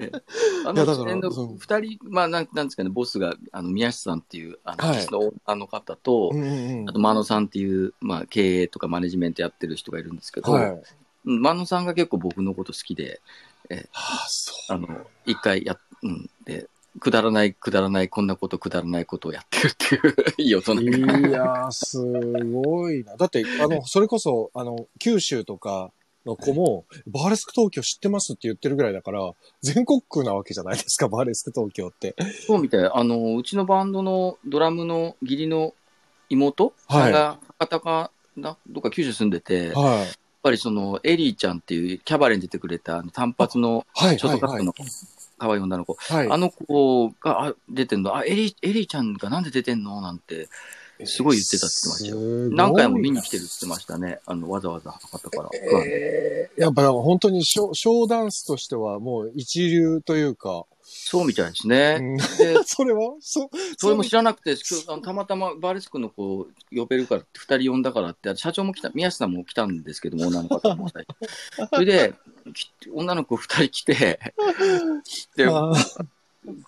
Speaker 1: いや
Speaker 2: の
Speaker 1: だ
Speaker 2: 時
Speaker 1: から
Speaker 2: 点の
Speaker 1: そう
Speaker 2: 2人、まあ、なんなんですかね、ボスがあの宮下さんっていうあの,、
Speaker 1: はい
Speaker 2: のあの方と、
Speaker 1: うんうん
Speaker 2: あと真野さんっていう、まあ、経営とかマネジメントやってる人がいるんですけど、
Speaker 1: はい。
Speaker 2: うん真野さんが結構僕のこと好きで、
Speaker 1: はあ、そ
Speaker 2: あの一回やっ、うん、で、くだらない、くだらない、こんなこと、くだらないことをやってるっていう、 いい大人
Speaker 1: う。いやー、すごいな。だって、あ の、それこそ、あの、九州とかの子も、バーレスク東京知ってますって言ってるぐらいだから、全国区なわけじゃないですか、バーレスク東京って。
Speaker 2: そうみたい。あの、うちのバンドのドラムの義理の妹さんが、博多かな、どっか九州住んでて、やっ
Speaker 1: はい。
Speaker 2: ぱりその、エリーちゃんっていうキャバレーに出てくれた、あの単発の、
Speaker 1: はい、
Speaker 2: ショー
Speaker 1: は
Speaker 2: ト
Speaker 1: い、
Speaker 2: カッ
Speaker 1: は
Speaker 2: ト
Speaker 1: い。
Speaker 2: の可愛い女の子、
Speaker 1: は
Speaker 2: あの子があ出てんの、あ、エリー、エリーちゃんがなんで出てんのなんて、
Speaker 1: い。
Speaker 2: すごい言ってたって言ってましたよ
Speaker 1: すごい
Speaker 2: 何回も見に来てるって言ってましたね。あの、わざわざ博多から。
Speaker 1: えーやっぱなんか本当にショーショーダンスとしてはもう一流というか、
Speaker 2: そうみたいです
Speaker 1: う
Speaker 2: ね。
Speaker 1: ん
Speaker 2: で、
Speaker 1: それはそ
Speaker 2: それも知らなくて、今日あのたまたまバーレスクの子を呼べるからって、2人呼んだからって、あと社長も来た、宮下さんも来たんですけども、女の方も最 初それで、き女の子2人来て、で、
Speaker 1: あー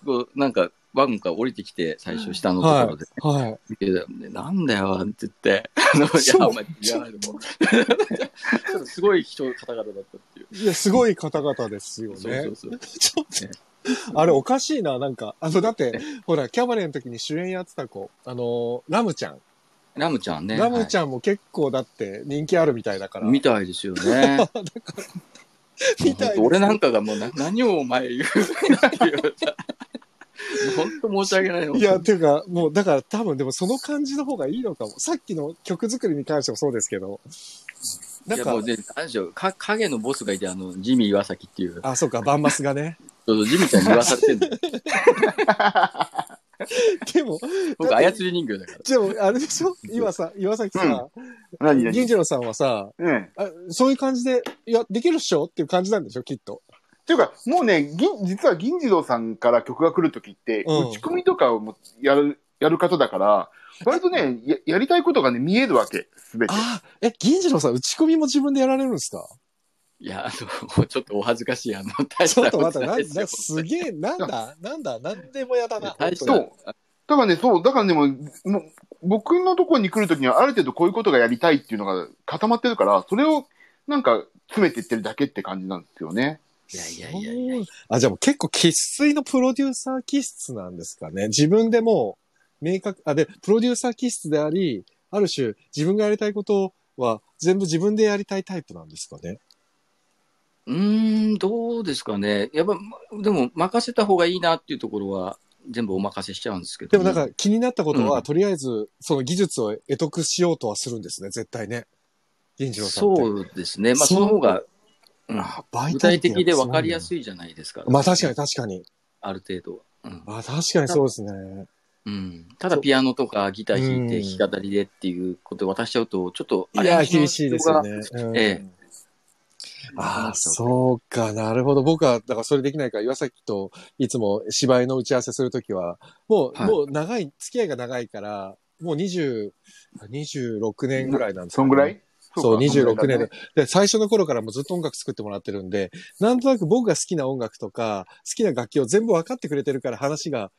Speaker 2: こうなんか、ワゴンから降りてきて、最初、下のところで、
Speaker 1: はい。
Speaker 2: でなんだよ、って言って、あのいや、お前、いや、 でも、ちょっとすごい人、方々だったっていう。
Speaker 1: いや、すごい方々ですよね。
Speaker 2: そうそうそう。
Speaker 1: ちょっと、あれおかしいな、なんか。あの、だって、ほら、キャバレーの時に主演やってた子、あの、ラムちゃん。
Speaker 2: ラムちゃんね。
Speaker 1: ラムち
Speaker 2: ゃ
Speaker 1: ゃんも結構だって人気あるみたいだから。
Speaker 2: みたいですよね。
Speaker 1: みたいです
Speaker 2: 俺なんかがもうな何をお前言うっていうさ。本当申し訳ないの。
Speaker 1: いや、ていうか、もう、だから多分でもその感じの方がいいのかも。さっきの曲作りに関してもそうですけど。なん
Speaker 2: いやも
Speaker 1: か
Speaker 2: う、ね、何でしょうか、影のボスがいて、あの、ジミー岩崎っていう、
Speaker 1: あ、そうか、バンマスが ね。
Speaker 2: そうそうジミーちゃんに言わされてるん だよ。
Speaker 1: でも、
Speaker 2: 僕、操り人形だから。
Speaker 1: でも、あれでしょ今さ、岩崎さ、
Speaker 3: 何
Speaker 1: 銀
Speaker 3: 何
Speaker 1: 次郎さんはさ、
Speaker 3: うん。
Speaker 1: あそういう感じで、いや、できるっしょっていう感じなんでしょきっと。
Speaker 3: っていうか、もうね、銀実は銀次郎さんから曲が来るときって、
Speaker 1: うん
Speaker 3: 打ち込みとかをもうやる、やる方だから、割とね、ややりたいことがね、見えるわけ、すべて。
Speaker 1: ああ、え、銀次郎さん、打ち込みも自分でやられるんですか
Speaker 2: いや、あの、ちょっとお恥ずかしい、あの、大し
Speaker 1: ちょったと
Speaker 2: こ
Speaker 1: 待っ
Speaker 2: と
Speaker 1: て、
Speaker 2: な
Speaker 1: ないん
Speaker 2: ですよ
Speaker 1: だ、。すげえ、なん だ、なんだ、なんでもやだな。
Speaker 2: 大し
Speaker 3: そ
Speaker 2: た
Speaker 3: う。だからね、そう、だからね、もう、もう僕のところに来るときには、ある程度こういうことがやりたいっていうのが固まってるから、それをなんか詰めていってるだけって感じなんですよね。
Speaker 2: いやいやいやいや
Speaker 1: そうあ、じゃあもう結構、喫水のプロデューサー気質なんですかね。自分でもう、明確、あ、で、プロデューサー気質であり、ある種、自分がやりたいことは、全部自分でやりたいタイプなんですかね。
Speaker 2: うーん、どうですかね。やっぱ、までも、任せた方がいいなっていうところは、全部お任せしちゃうんですけど。
Speaker 1: でもなんか、気になったことは、
Speaker 2: うん
Speaker 1: とりあえずその技術を得得しようとはするんですね、絶対ね。銀次郎さんって。
Speaker 2: そうですね。まあ、
Speaker 1: そう
Speaker 2: その方が、うん
Speaker 1: あ媒体
Speaker 2: 具体的で分かりや
Speaker 1: い。
Speaker 2: すいじゃないですか。
Speaker 1: まあ確かに。確かに。
Speaker 2: ある程度。うん
Speaker 1: まあ確かにそうですね。
Speaker 2: うん、ただピアノとかギター弾いて
Speaker 1: そう
Speaker 2: 弾き語りでっていうことを渡しちゃうと、ちょっと
Speaker 1: いや、厳しいですよね。。うん
Speaker 2: ええ
Speaker 1: ああ、そうか、なるほど。僕は、だからそれできないから、岩崎といつも芝居の打ち合わせするときは、もう、
Speaker 2: はい
Speaker 1: もう長い、付き合いが長いから、もう20、26年ぐらいなんですか
Speaker 3: そ
Speaker 1: ね
Speaker 3: んぐらい
Speaker 1: そう、26年
Speaker 3: で
Speaker 1: で。で、最初の頃からもうずっと音楽作ってもらってるんで、なんとなく僕が好きな音楽とか、好きな楽器を全部分かってくれてるから話が、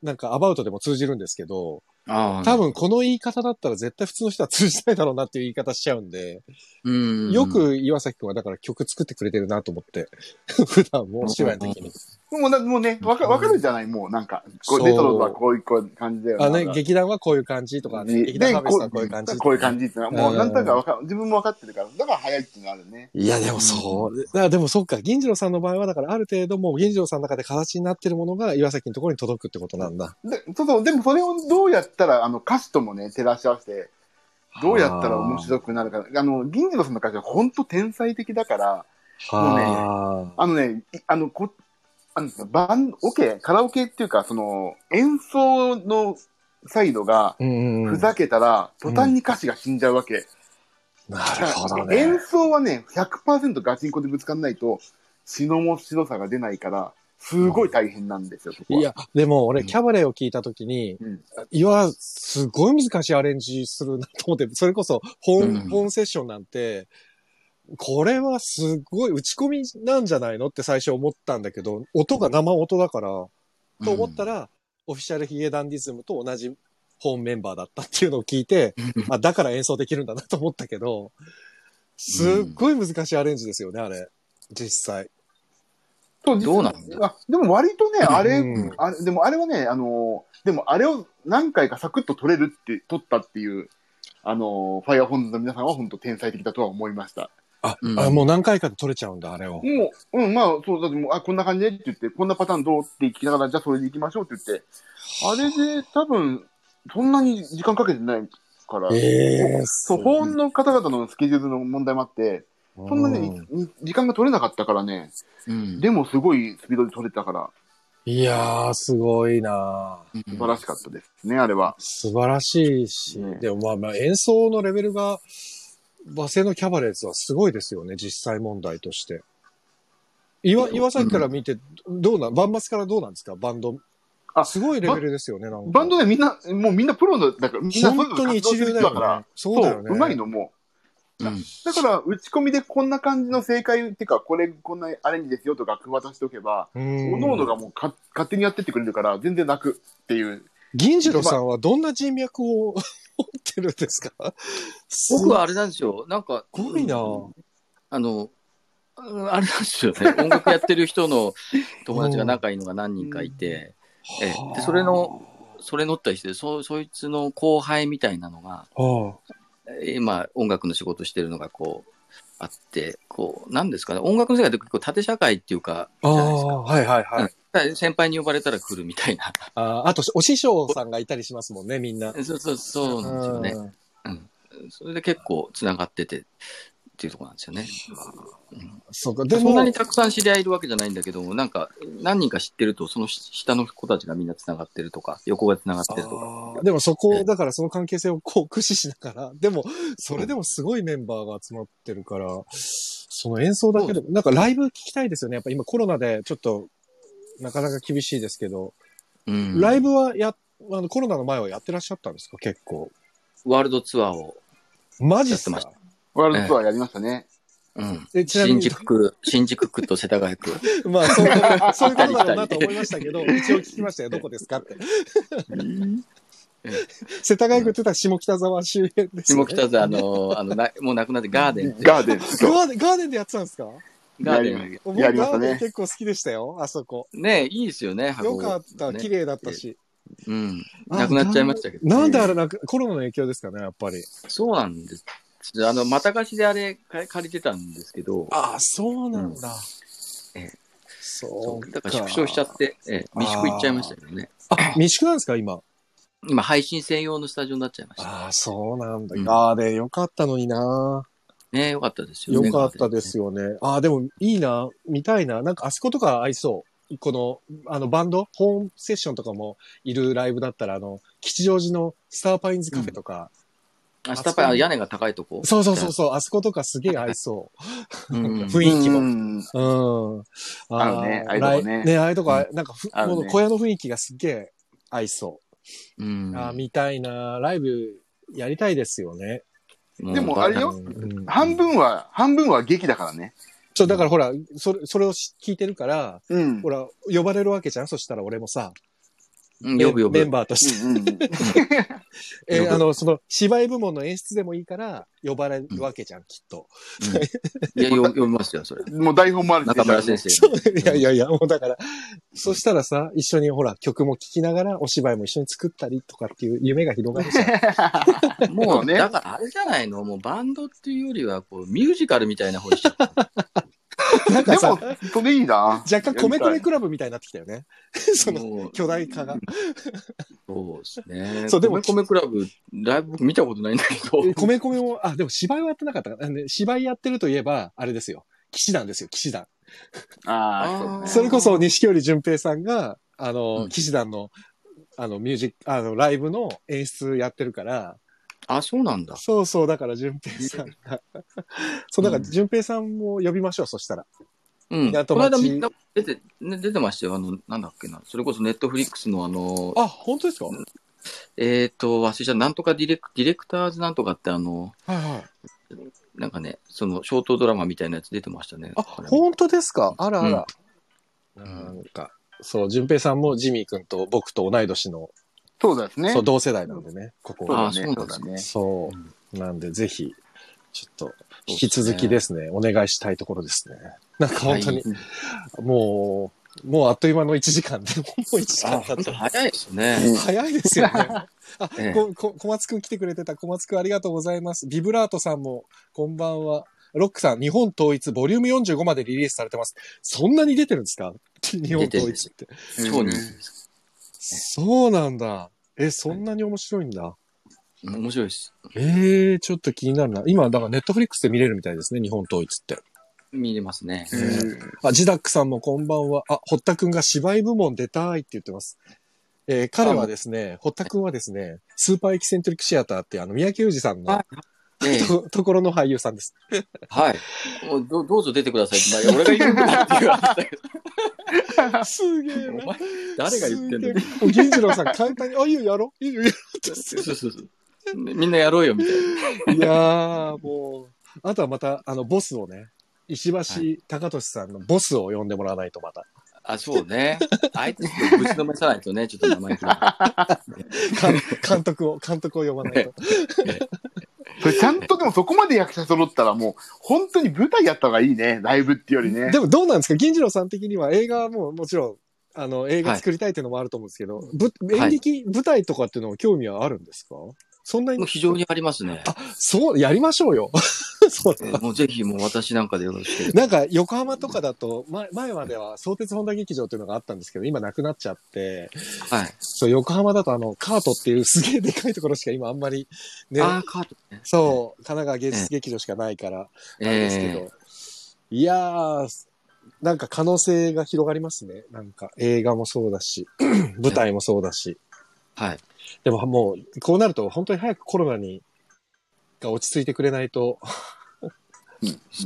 Speaker 1: なんかアバウトでも通じるんですけど、
Speaker 2: ああ
Speaker 1: 多分この言い方だったら絶対普通の人は通じないだろうなっていう言い方しちゃうんで、
Speaker 2: うん
Speaker 1: よく岩崎くんはだから曲作ってくれてるなと思って、 普段もお芝居の時に。
Speaker 3: もうなもうね、わかわかるじゃない、もうなんか、こう
Speaker 1: そう
Speaker 3: レトロはこういうこういう感じだよな
Speaker 1: あね、
Speaker 3: なんか
Speaker 1: 劇団はこういう感じとか、ね、
Speaker 3: で
Speaker 1: 劇団ハーベストは
Speaker 3: で
Speaker 1: こういう感じ。
Speaker 3: こういう感じってのは、もうなんとなくわか自分もわかってるから、だから早いっていうのあるね。
Speaker 1: いや、でもそう。だからでもそうか。銀次郎さんの場合は、だからある程度もう銀次郎さんの中で形になってるものが岩崎のところに届くってことなんだ。
Speaker 3: で、そうそう、でもそれをどうやったら、あの、歌詞ともね、照らし合わせて、どうやったら面白くなるか。あの、銀次郎さんの歌詞は本当天才的だから、
Speaker 1: は
Speaker 3: あのね、いあの、こ、あの、バン、オケ、カラオケっていうか、その、演奏のサイドが、
Speaker 1: あ。うんうんう
Speaker 3: ふ
Speaker 1: ん。
Speaker 3: ざけたら、途端に歌詞が死んじゃうわけ。
Speaker 1: なるほどね
Speaker 3: 演。奏はね、100%ガチンコでぶつかんないと、詩の面白さが出ないから、すごい大変なんですよ、そこは。
Speaker 1: いや、でも俺、
Speaker 2: うん
Speaker 1: キャバレーを聞いたときに、
Speaker 3: うん
Speaker 1: いや、すごい難しいアレンジするなと思って、それこそ、本、
Speaker 2: うん
Speaker 1: 本セッションなんて、これはすごい打ち込みなんじゃないのって最初思ったんだけど、音が生音だから、と思った
Speaker 2: ら、
Speaker 1: ら、オフィシャルヒゲダンディズムと同じ本メンバーだったっていうのを聞いて、あ、だから演奏できるんだなと思ったけど、すっごい難しいアレンジですよね、あれ。実際。
Speaker 3: そう
Speaker 2: どうなんだ
Speaker 3: あでも割とね、あれ、
Speaker 1: うん
Speaker 3: あれでもあれはね、あのー、でもあれを何回かサクッと取れるって、取ったっていう、あのー、ファイアホンズの皆さんは本当天才的だとは思いました。
Speaker 2: うん
Speaker 1: あもう何回かで撮れちゃうんだ、あれを。
Speaker 3: もう、うん、まあ、そう、だってもう、あ、こんな感じでって言って、こんなパターンどうって聞きながら、じゃあそれで行きましょうって言って、あれで多分、そんなに時間かけてないから、
Speaker 1: ええ
Speaker 3: そう、保温の方々のスケジュールの問題もあって、そんなにに時間が取れなかったからね、
Speaker 2: うん、
Speaker 3: でもすごいスピードで取れたから、
Speaker 1: いやー、すごいなー
Speaker 3: 素晴らしかったですね、あれは。
Speaker 1: 素晴らしいし、
Speaker 3: ね
Speaker 1: でもまあまあ演奏のレベルが、和製のキャバレーズはすごいですよね、実際問題として。岩、岩崎から見て、どうなん、バンマスからどうなんですかバンド。
Speaker 3: あ
Speaker 1: すごいレベルですよね、なんか。
Speaker 3: バンドでみんな、もうみんなプロだから、みんな
Speaker 1: 本当に一流だ
Speaker 3: だか
Speaker 1: よ
Speaker 3: ら
Speaker 1: ね、。そうだよね。
Speaker 3: うまいのもう。
Speaker 2: うん
Speaker 3: だから、打ち込みでこんな感じの正解っていうか、これ、こんなアレンジですよとか、配しておけば、
Speaker 1: うん。
Speaker 3: おののがもうか勝手にやってってくれるから、全然楽っていう。
Speaker 1: 銀次郎さんはどんな人脈を持ってるんですか
Speaker 2: 僕はあれなんですよ。なんか、
Speaker 1: すごいな
Speaker 2: うんあの、うんあれなんですよ ね。音楽やってる人の友達が仲いいのが何人かいて、ええでそれの、それ乗った人で、そ、そいつの後輩みたいなのが、
Speaker 1: はあ
Speaker 2: えー今、音楽の仕事してるのがこう、あって、こう、なんですかね。音楽の世界って結構縦社会っていうか、
Speaker 1: あ
Speaker 2: じゃないですか。
Speaker 1: あ、はいはいはい。
Speaker 2: うん先輩に呼ばれたら来るみたいな。
Speaker 1: あーあと、お師匠さんがいたりしますもんね、みんな。
Speaker 2: そうそう、そうなんですよね。
Speaker 1: うん
Speaker 2: それで結構つながっててっていうところなんですよね。
Speaker 1: そうか。で
Speaker 2: で
Speaker 1: も、
Speaker 2: そんなにたくさん知り合いいるわけじゃないんだけども、なんか何人か知ってると、その下の子たちがみんなつながってるとか、横がつながってるとか。
Speaker 1: あーでもそこを、だからその関係性をこう駆使しながら、でも、それでもすごいメンバーが集まってるから、その演奏だけでも、なんかライブ聞きたいですよね。やっぱ今コロナでちょっと、なかなか厳しいですけど、
Speaker 2: うん
Speaker 1: ライブはや、あの、コロナの前はやってらっしゃったんですか結構。
Speaker 2: ワールドツアーを。
Speaker 1: マジっす
Speaker 2: やっ
Speaker 1: か
Speaker 2: て
Speaker 3: ワールドツアーやりましたね。
Speaker 2: うん
Speaker 1: えちなみ
Speaker 2: 新
Speaker 1: に、
Speaker 2: 宿区、新宿区と世田谷区。
Speaker 1: まあ そういうこと、そういうことだろうなと思いましたけど、一応聞きましたよ。どこですかって。世田谷区って言ったら下北沢周辺ですよ
Speaker 2: 下
Speaker 1: ね。
Speaker 2: 北沢の、あの、なもうなくなってガーデンって。
Speaker 3: ガーデン。そう
Speaker 1: ガーデンガーデンでやってたんですか
Speaker 2: ガーデ
Speaker 1: 僕
Speaker 3: やりまし
Speaker 1: ガ
Speaker 3: た
Speaker 1: ーデン
Speaker 3: ね。
Speaker 1: 結構好きでしたよ、あそこ。
Speaker 2: ン。ねいいですよね、
Speaker 1: よ
Speaker 2: 箱
Speaker 1: かった、
Speaker 2: ね
Speaker 1: 綺麗だったし。
Speaker 2: うん。なくなっちゃいましたけど。
Speaker 1: なんであれなんか、コロナの影響ですかね、やっぱり。
Speaker 2: そうなんです。あの、また貸しであれか借りてたんですけど、
Speaker 1: ああ、そう
Speaker 2: なんだええ
Speaker 1: そ
Speaker 2: そうう
Speaker 1: か。
Speaker 2: だから縮小しちゃって、ええ、未粛行っちゃいましたけどね。
Speaker 1: あ、未宿なんですか、今。
Speaker 2: 今、配信専用のスタジオになっちゃいました。
Speaker 1: ああ、そうなんだ。
Speaker 2: うん
Speaker 1: ガーデンよかったのにな。
Speaker 2: ねよかったですよね。
Speaker 1: よかったですよね。ああ、でもいいな。見たいな。なんかあそことか合いそう。この、あの、バンド、ホームセッションとかもいるライブだったら、あの、吉祥寺のスターパインズカフェとか。
Speaker 2: あ下っぱり屋根が高いとこ。
Speaker 1: そうそうそうそう、あそことかすげえ合いそうう。
Speaker 2: ん
Speaker 1: 雰囲気も。
Speaker 3: も。
Speaker 1: うん。
Speaker 3: 合うね
Speaker 1: ー
Speaker 3: ああいうとこね
Speaker 1: 来ね、ああいうとこ、なんかふ、
Speaker 3: 合うね
Speaker 1: この小屋の雰囲気がすっげえ合いそ
Speaker 2: うん
Speaker 1: う。ああ、見たいな。ライブやりたいですよね。
Speaker 3: でもあれよ
Speaker 1: うん
Speaker 3: 半分は、半分は劇だからね。
Speaker 1: そう、だからほら、それ、それをし聞いてるから、
Speaker 3: うん。
Speaker 1: ほら、呼ばれるわけじゃんそしたら俺もさ、
Speaker 2: うん呼ぶ呼
Speaker 1: メン
Speaker 2: ぶ。
Speaker 1: バーとして。
Speaker 3: うんうんうん
Speaker 1: え
Speaker 2: 呼ぶ
Speaker 1: あの、その、芝居部門の演出でもいいから、呼ばれるわけじゃん、きっと。
Speaker 2: いや、呼呼びますよ、そ れ。
Speaker 3: もう台本もあるし
Speaker 2: 中村先生。
Speaker 1: そう、いやいやいや、もうだから、そしたらさ、一緒にほら、曲も聴きながら、お芝居も一緒に作ったりとかっていう夢が広がる じゃん。
Speaker 2: も
Speaker 3: そう
Speaker 2: う、
Speaker 3: ね
Speaker 2: だからあれじゃないのもうバンドっていうよりは、こう、ミュージカルみたいな方にしちゃった。
Speaker 1: なん
Speaker 3: で
Speaker 1: かさ
Speaker 3: も、、それいいな。
Speaker 1: 若干米
Speaker 3: やり
Speaker 1: 米クラブみたいになってきたよね。 その
Speaker 2: もう
Speaker 1: 巨大化が。
Speaker 2: そうですね。
Speaker 1: そ
Speaker 2: そう
Speaker 1: で
Speaker 2: う、で
Speaker 1: も
Speaker 2: も、米クラブ、ライブ僕見たことないんだけ ど。
Speaker 1: 米米も、あ、でも芝居はやってなかったかな。ね芝居やってるといえば、あれですよ。騎士団ですよ、騎士団。
Speaker 3: たいあ
Speaker 2: あ
Speaker 3: あ、
Speaker 2: ー
Speaker 3: そ
Speaker 1: そう
Speaker 3: ね
Speaker 1: れこそ西織淳平さんが、あ
Speaker 2: う
Speaker 1: の、
Speaker 2: ん
Speaker 1: 騎士団の、あの、ミュージック、あの、ライブの演出やってるから、
Speaker 2: あ、そうなんだ。
Speaker 1: そうそう、だから淳平さんが。そう、だから淳平さんも呼びましょう、そしたら。
Speaker 2: うん。
Speaker 1: であと
Speaker 2: この間
Speaker 1: 街
Speaker 2: みんな出て、ね、出てましたよ。あの、なんだっけな。それこそネットフリックスのあの、
Speaker 1: あ、本当ですかはい
Speaker 2: えっ、と、忘れちゃうなんとかディレク、ディレクターズなんとかってあの、
Speaker 1: はい。
Speaker 2: なんかね、その、ショートドラマみたいなやつ出てましたね。
Speaker 1: あ、
Speaker 2: これ
Speaker 1: 本当ですかあらあら。
Speaker 2: ん
Speaker 1: なんか、そう、淳平さんもジミー君と僕と同い年の、
Speaker 3: そうですね。
Speaker 1: そう、同世代なんでね、ここ
Speaker 3: そう
Speaker 1: は。
Speaker 2: あ
Speaker 3: だね
Speaker 2: そうなんですね
Speaker 1: そう。なんで、ぜひ、ちょっと、引き続きですね、お願いしたいところですね。なんか本当に、
Speaker 2: はい
Speaker 1: もう、もうあっという間の1時間で、もう1時間
Speaker 2: あ、
Speaker 1: 経っ
Speaker 2: 本当
Speaker 1: た。
Speaker 2: 早いですね。
Speaker 1: 早いですよね。 あ、
Speaker 2: ええ
Speaker 1: こ、こ、小松くん来てくれてた。小松くんありがとうございます。ビブラートさんも、こんばんは。ロックさん、日本統一、ボリューム45までリリースされてます。そんなに出てるんですか日本統一って。
Speaker 2: 超人気
Speaker 3: うん
Speaker 2: です。
Speaker 1: そうなんだ。え、そんなに面白いんだ。
Speaker 2: うん面白いです。
Speaker 1: えー、ちょっと気になるな。今、だからネットフリックスで見れるみたいですね、日本統一って。
Speaker 2: 見れますね。
Speaker 1: あ、ジダックさんもこんばんは。あ、堀田くんが芝居部門出たいって言ってます。えー彼はですね、堀田くんはですね、スーパーエキセントリックシアターって、あの、三宅裕二さんの、
Speaker 2: ええ
Speaker 1: とところの俳優さん です。
Speaker 2: はい。もうどどうぞ出てください。まあ、俺が言うんだって言われたけ
Speaker 1: すげえ
Speaker 2: ど、お前、誰が言ってんの
Speaker 1: の銀次郎さん簡単に、あ、いいよ、やろう。いい よ、やろうってす
Speaker 2: そうそうそう。みんなやろうよ、みたいな。
Speaker 1: る。いやー、もう。あとはまた、あの、ボスをね、石橋貴俊さんのボスを呼んでもらわないとまた。
Speaker 2: あ、そうね。あいつをぶちのめさないとね、ちょっと名前聞い て
Speaker 1: か監督を、監督を呼ばないと。
Speaker 3: それちゃんとでもそこまで役者揃ったらもう本当に舞台やった方がいいね。ライブっていうよりね
Speaker 1: で。もどうなんですか銀次郎さん的には映画ももちろん、あの、映画作りたいっていうのもあると思うんですけど、ぶ演劇、舞台とかっていうのも興味はあるんですかそんな
Speaker 2: も
Speaker 1: に
Speaker 2: う、非常にありますね。
Speaker 1: そう、やりましょうよ。 そう
Speaker 2: えーもうぜひもう私なんかでよろしく。
Speaker 1: なんか横浜とかだと、前前までは相鉄本田劇場っていうのがあったんですけど、今なくなっちゃって、
Speaker 2: はい。
Speaker 1: そう、横浜だとあの、カートっていうすげえでかいところしか今あんまり、ね、
Speaker 2: あーカートね。
Speaker 1: そう、神奈川芸術劇場しかないから、
Speaker 2: え
Speaker 1: なんですけど、
Speaker 2: ー
Speaker 1: いやー、なんか可能性が広がりますね。なんか映画もそうだし、 舞台もそうだし。
Speaker 2: はい。
Speaker 1: でももう、こうなると本当に早くコロナに、が落ち着いてくれないと、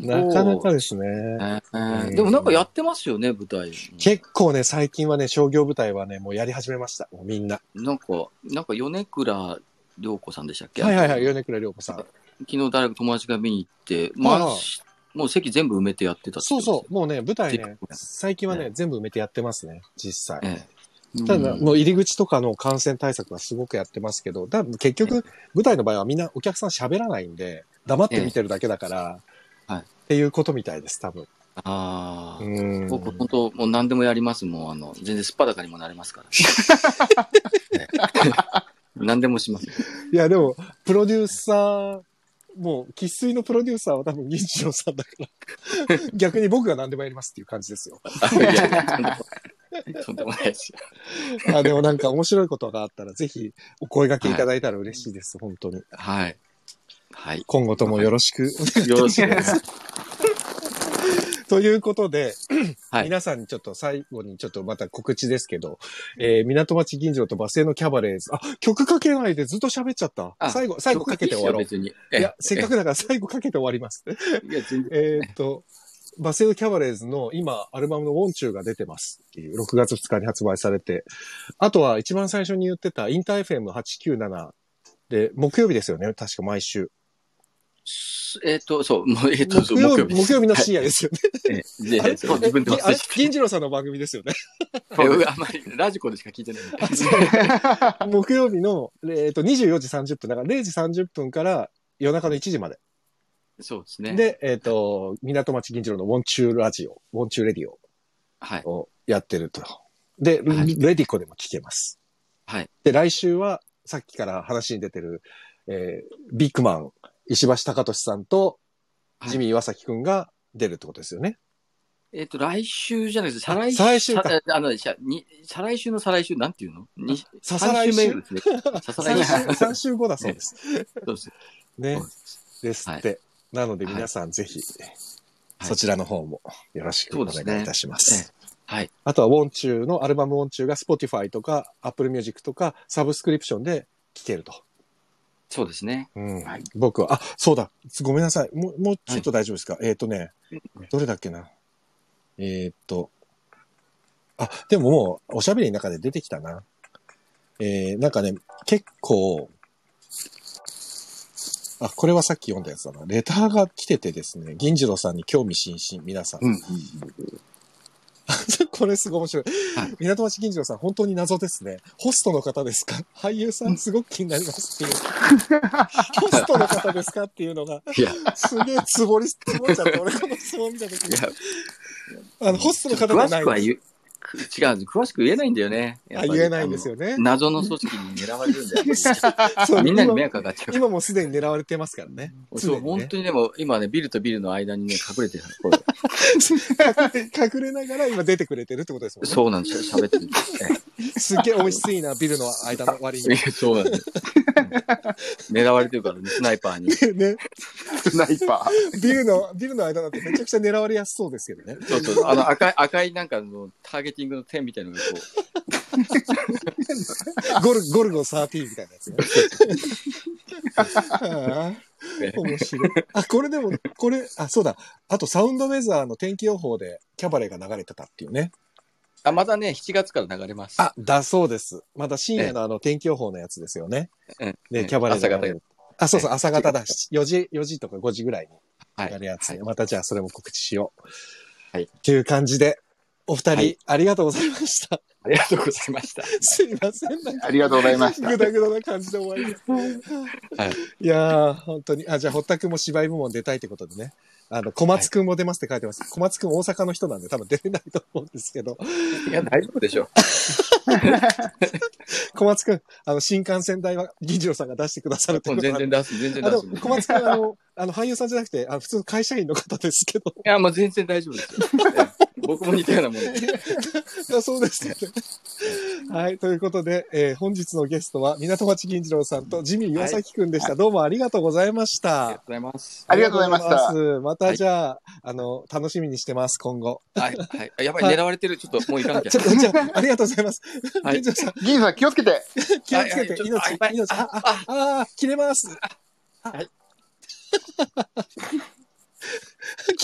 Speaker 1: なかなかですね。
Speaker 2: えーでもなんかやってますよね、舞台。
Speaker 1: 結構ね、最近はね、商業舞台はね、もうやり始めました。もうみんな。
Speaker 2: なんか、なんか米倉涼子さんでしたっけ
Speaker 1: はいはいはい、米倉涼子さん。
Speaker 2: 昨日誰か友達が見に行って、
Speaker 1: あ
Speaker 2: ま
Speaker 1: あ
Speaker 2: あ、もう席全部埋めてやってたって
Speaker 1: そうそう、もうね、舞台
Speaker 2: 結
Speaker 1: ね
Speaker 2: 構、や
Speaker 1: 最近はね、
Speaker 2: ね
Speaker 1: 全部埋めてやってますね、実際。
Speaker 2: ええ。
Speaker 1: ただ、
Speaker 2: うん
Speaker 1: もう入り口とかの感染対策はすごくやってますけど、だ結局、舞台の場合はみんなお客さん喋らないんで、黙って見てるだけだから、
Speaker 2: えはい
Speaker 1: っていうことみたいです、多分。
Speaker 2: ああ、
Speaker 1: うん。
Speaker 2: 僕本当、もう何でもやります。もう、あの、全然すっぱだかにもなれますから。ええ 何でもし ます。
Speaker 1: いや、でも、プロデューサー、もう、喫水のプロデューサーは多分、銀次郎さんだ から、逆に僕が何でもやりますっていう感じですよ。
Speaker 2: いやいやとんでもとんでもないですよ。
Speaker 1: あでもなんか面白いことがあったら、ぜひお声掛けいただいたら嬉しいです、本当に。
Speaker 2: はい。はい。
Speaker 1: 今後ともよろしく。
Speaker 2: よろしくお願いします。
Speaker 1: ということで、
Speaker 2: はい
Speaker 1: 皆さんにちょっと最後にちょっとまた告知ですけど、えー港町銀城とバスへのキャバレーズ。あ、曲かけないでずっと喋っちゃった。
Speaker 2: あ
Speaker 1: 最後、最後かけて終わろう。
Speaker 2: 別に。
Speaker 1: いや、せっかくだから最後かけて終わります。
Speaker 2: く。いや、全然。
Speaker 1: えーっと、バセルキャバレーズの今、アルバムのウォンチューが出てますっていう、6月2日に発売されて。あとは一番最初に言ってたインター FM897 で、木曜日ですよね、確か毎週。
Speaker 2: えっと、そう、もう、えっと、そう
Speaker 1: 木曜日、木曜日の深
Speaker 2: 夜。
Speaker 1: 夜ですよね。
Speaker 2: ええで
Speaker 1: あれ
Speaker 2: そう自分で忘
Speaker 1: えあ
Speaker 2: れ
Speaker 1: れ
Speaker 2: ちゃっ
Speaker 1: 銀次郎さんの番組ですよね。
Speaker 2: た。えあんまり、ラジコでしか聞 いてない。
Speaker 1: 木曜日の、えーっと、24時30分、だから0時30分から夜中の1時まで。
Speaker 2: そうですね。
Speaker 1: で、えーっと、港町銀次郎のウォンチューラジオ、ウォンチューレディオ
Speaker 2: はい。
Speaker 1: をやってると。で、
Speaker 2: はい
Speaker 1: レディコでも聞けます。
Speaker 2: はい。
Speaker 1: で、来週は、さっきから話に出てる、えービッグマン、石橋貴俊さんと、
Speaker 2: はい
Speaker 1: ジミー岩崎くんが出るってことですよね。
Speaker 2: えっ、と、来週じゃなくて、再来週。
Speaker 1: 再来週か
Speaker 2: さあの、しゃに再来週の再来週、なんていうのに
Speaker 1: ささ来週
Speaker 2: 三メールですね。ささ来週。
Speaker 1: 3週、三週後だそうです。
Speaker 2: そうです。
Speaker 1: ね
Speaker 2: そう。です
Speaker 1: ですって。なので皆さんぜひ、そちらの方もよろしくお願いいたします。
Speaker 2: そうですはい。
Speaker 1: あとは、ウォンチューのアルバムウォンチューが Spotify とか Apple Music とかサブスクリプションで聴けると。
Speaker 2: そうですね。
Speaker 1: うん
Speaker 3: はい
Speaker 1: 僕は、あ、そうだ。ごめんなさい。もう、もうちょっと大丈夫ですか、えっ、とね、どれだっけな。
Speaker 4: えーっと、あ、でももう、おしゃべりの中で出てきたな。えー、なんかね、結構、あ、これはさっき読んだやつだな。レターが来ててですね、銀次郎さんに興味津々、皆さん。
Speaker 3: うん。
Speaker 4: これすごい面白い
Speaker 2: はい。
Speaker 4: 港町銀次郎さん、本当に謎ですね。ホストの方ですか俳優さん、すごく気になりますっていう。 ホストの方ですかっていうのが、
Speaker 2: いや、い
Speaker 4: すげえつぼり、つぼっちゃって、俺この質問見た時に。
Speaker 2: や、
Speaker 4: あの、ホストの方では
Speaker 2: 詳
Speaker 4: な
Speaker 2: し
Speaker 4: い
Speaker 2: くは言う、く違う、詳しく言えないんだよね。やっ
Speaker 4: あ
Speaker 2: ぱり
Speaker 4: 言えないんですよね
Speaker 2: あの。謎の組織に狙われるんだよ。
Speaker 4: そう
Speaker 2: みんなに迷
Speaker 4: 今
Speaker 2: 惑かかっちゃう。
Speaker 4: 今もうすでに狙われてますから ね。
Speaker 2: そう、
Speaker 4: 常にね
Speaker 2: 本当にでも、今ね、ビルとビルの間にね、隠れてる。これ
Speaker 4: 隠れながら今出てくれてるってことですもんね。
Speaker 2: そうなんですよ、喋ってる。
Speaker 4: すげえ美味しいな、ビルの間の割
Speaker 2: え
Speaker 4: に。
Speaker 2: え そうなんです。狙われてるからね、スナイパーに。
Speaker 4: ね、
Speaker 3: スナイパ
Speaker 4: ビルの、ビルの間なんてめちゃくちゃ狙われやすそうですけどね。
Speaker 2: そうそう、あの赤い、赤いなんかのターゲティングの点みたいなのがこう、
Speaker 4: ゴル、ゴルゴ13みたいなやつね。 あー面白い。あ、これでも、これ、あ、そうだ。あと、サウンドウェザーの天気予報でキャバレーが流れてたっていうね。
Speaker 2: あ、またね、7月から流れます。
Speaker 4: あ、だそうです。まだ深夜のあの天気予報のやつですよね。
Speaker 2: うん、
Speaker 4: で、キャバレー
Speaker 2: 朝
Speaker 4: が
Speaker 2: 方
Speaker 4: 流れ
Speaker 2: が
Speaker 4: る。あ、そうそう、
Speaker 2: ええ
Speaker 4: 朝方だ。4時、4時とか5時ぐらいに
Speaker 2: は
Speaker 4: や
Speaker 2: い。
Speaker 4: るやつ。またじゃあそれも告知しよう。
Speaker 2: はい
Speaker 4: っていう感じで、お二人、
Speaker 2: はい
Speaker 4: ありがとうございました。
Speaker 2: ありがとうございました。
Speaker 4: すいません。なん
Speaker 3: ー。
Speaker 4: か
Speaker 3: ありがとうございました。
Speaker 4: ぐだぐだな感じで終わりです。
Speaker 2: はい。
Speaker 4: いやー、本当に。あ、じゃあ、堀田くんも芝居部門出たいってことでね。あの、小松くんも出ますって書いてます。小松くん大阪の人なんで多分出れないと思うんですけど。
Speaker 2: いや、大丈夫でしょう。
Speaker 4: 小松くん、あの、新幹線代は銀次郎さんが出してくださるってこ
Speaker 2: もう
Speaker 4: となん
Speaker 2: 全
Speaker 4: で
Speaker 2: 然出す、全然
Speaker 4: あ
Speaker 2: 出。
Speaker 4: ですも小松君あの、 あの俳優さんじゃなくて、あの普通の会社員の方ですけど、
Speaker 2: いや、もう全然大丈夫 ですよ。僕も似たようなもんで。
Speaker 4: だそうですよね。はい、ということで、えー本日のゲストは、港町銀次郎さんとジミー岩崎くんでした。どうもありがとうございまし
Speaker 2: ありが
Speaker 4: た
Speaker 2: とう。ございます。
Speaker 3: ありがとうございました
Speaker 4: ありがとうございます。またじゃあ、あの、楽しみにしてます、今後。
Speaker 2: はい、はいあ。やばい、
Speaker 4: はい
Speaker 2: 狙われてる。ちょっともう行かな
Speaker 4: あ
Speaker 2: きゃ
Speaker 4: ちょ。っと、じゃあ、ありがとうございます。
Speaker 2: は
Speaker 4: 銀
Speaker 2: い
Speaker 4: 次郎さん、
Speaker 3: 銀さん気をつけて。
Speaker 4: 気をつけて、
Speaker 2: はいはいちょ
Speaker 4: 命
Speaker 2: っと、
Speaker 4: 命、あ、あ、あー、切れます。は
Speaker 2: はい。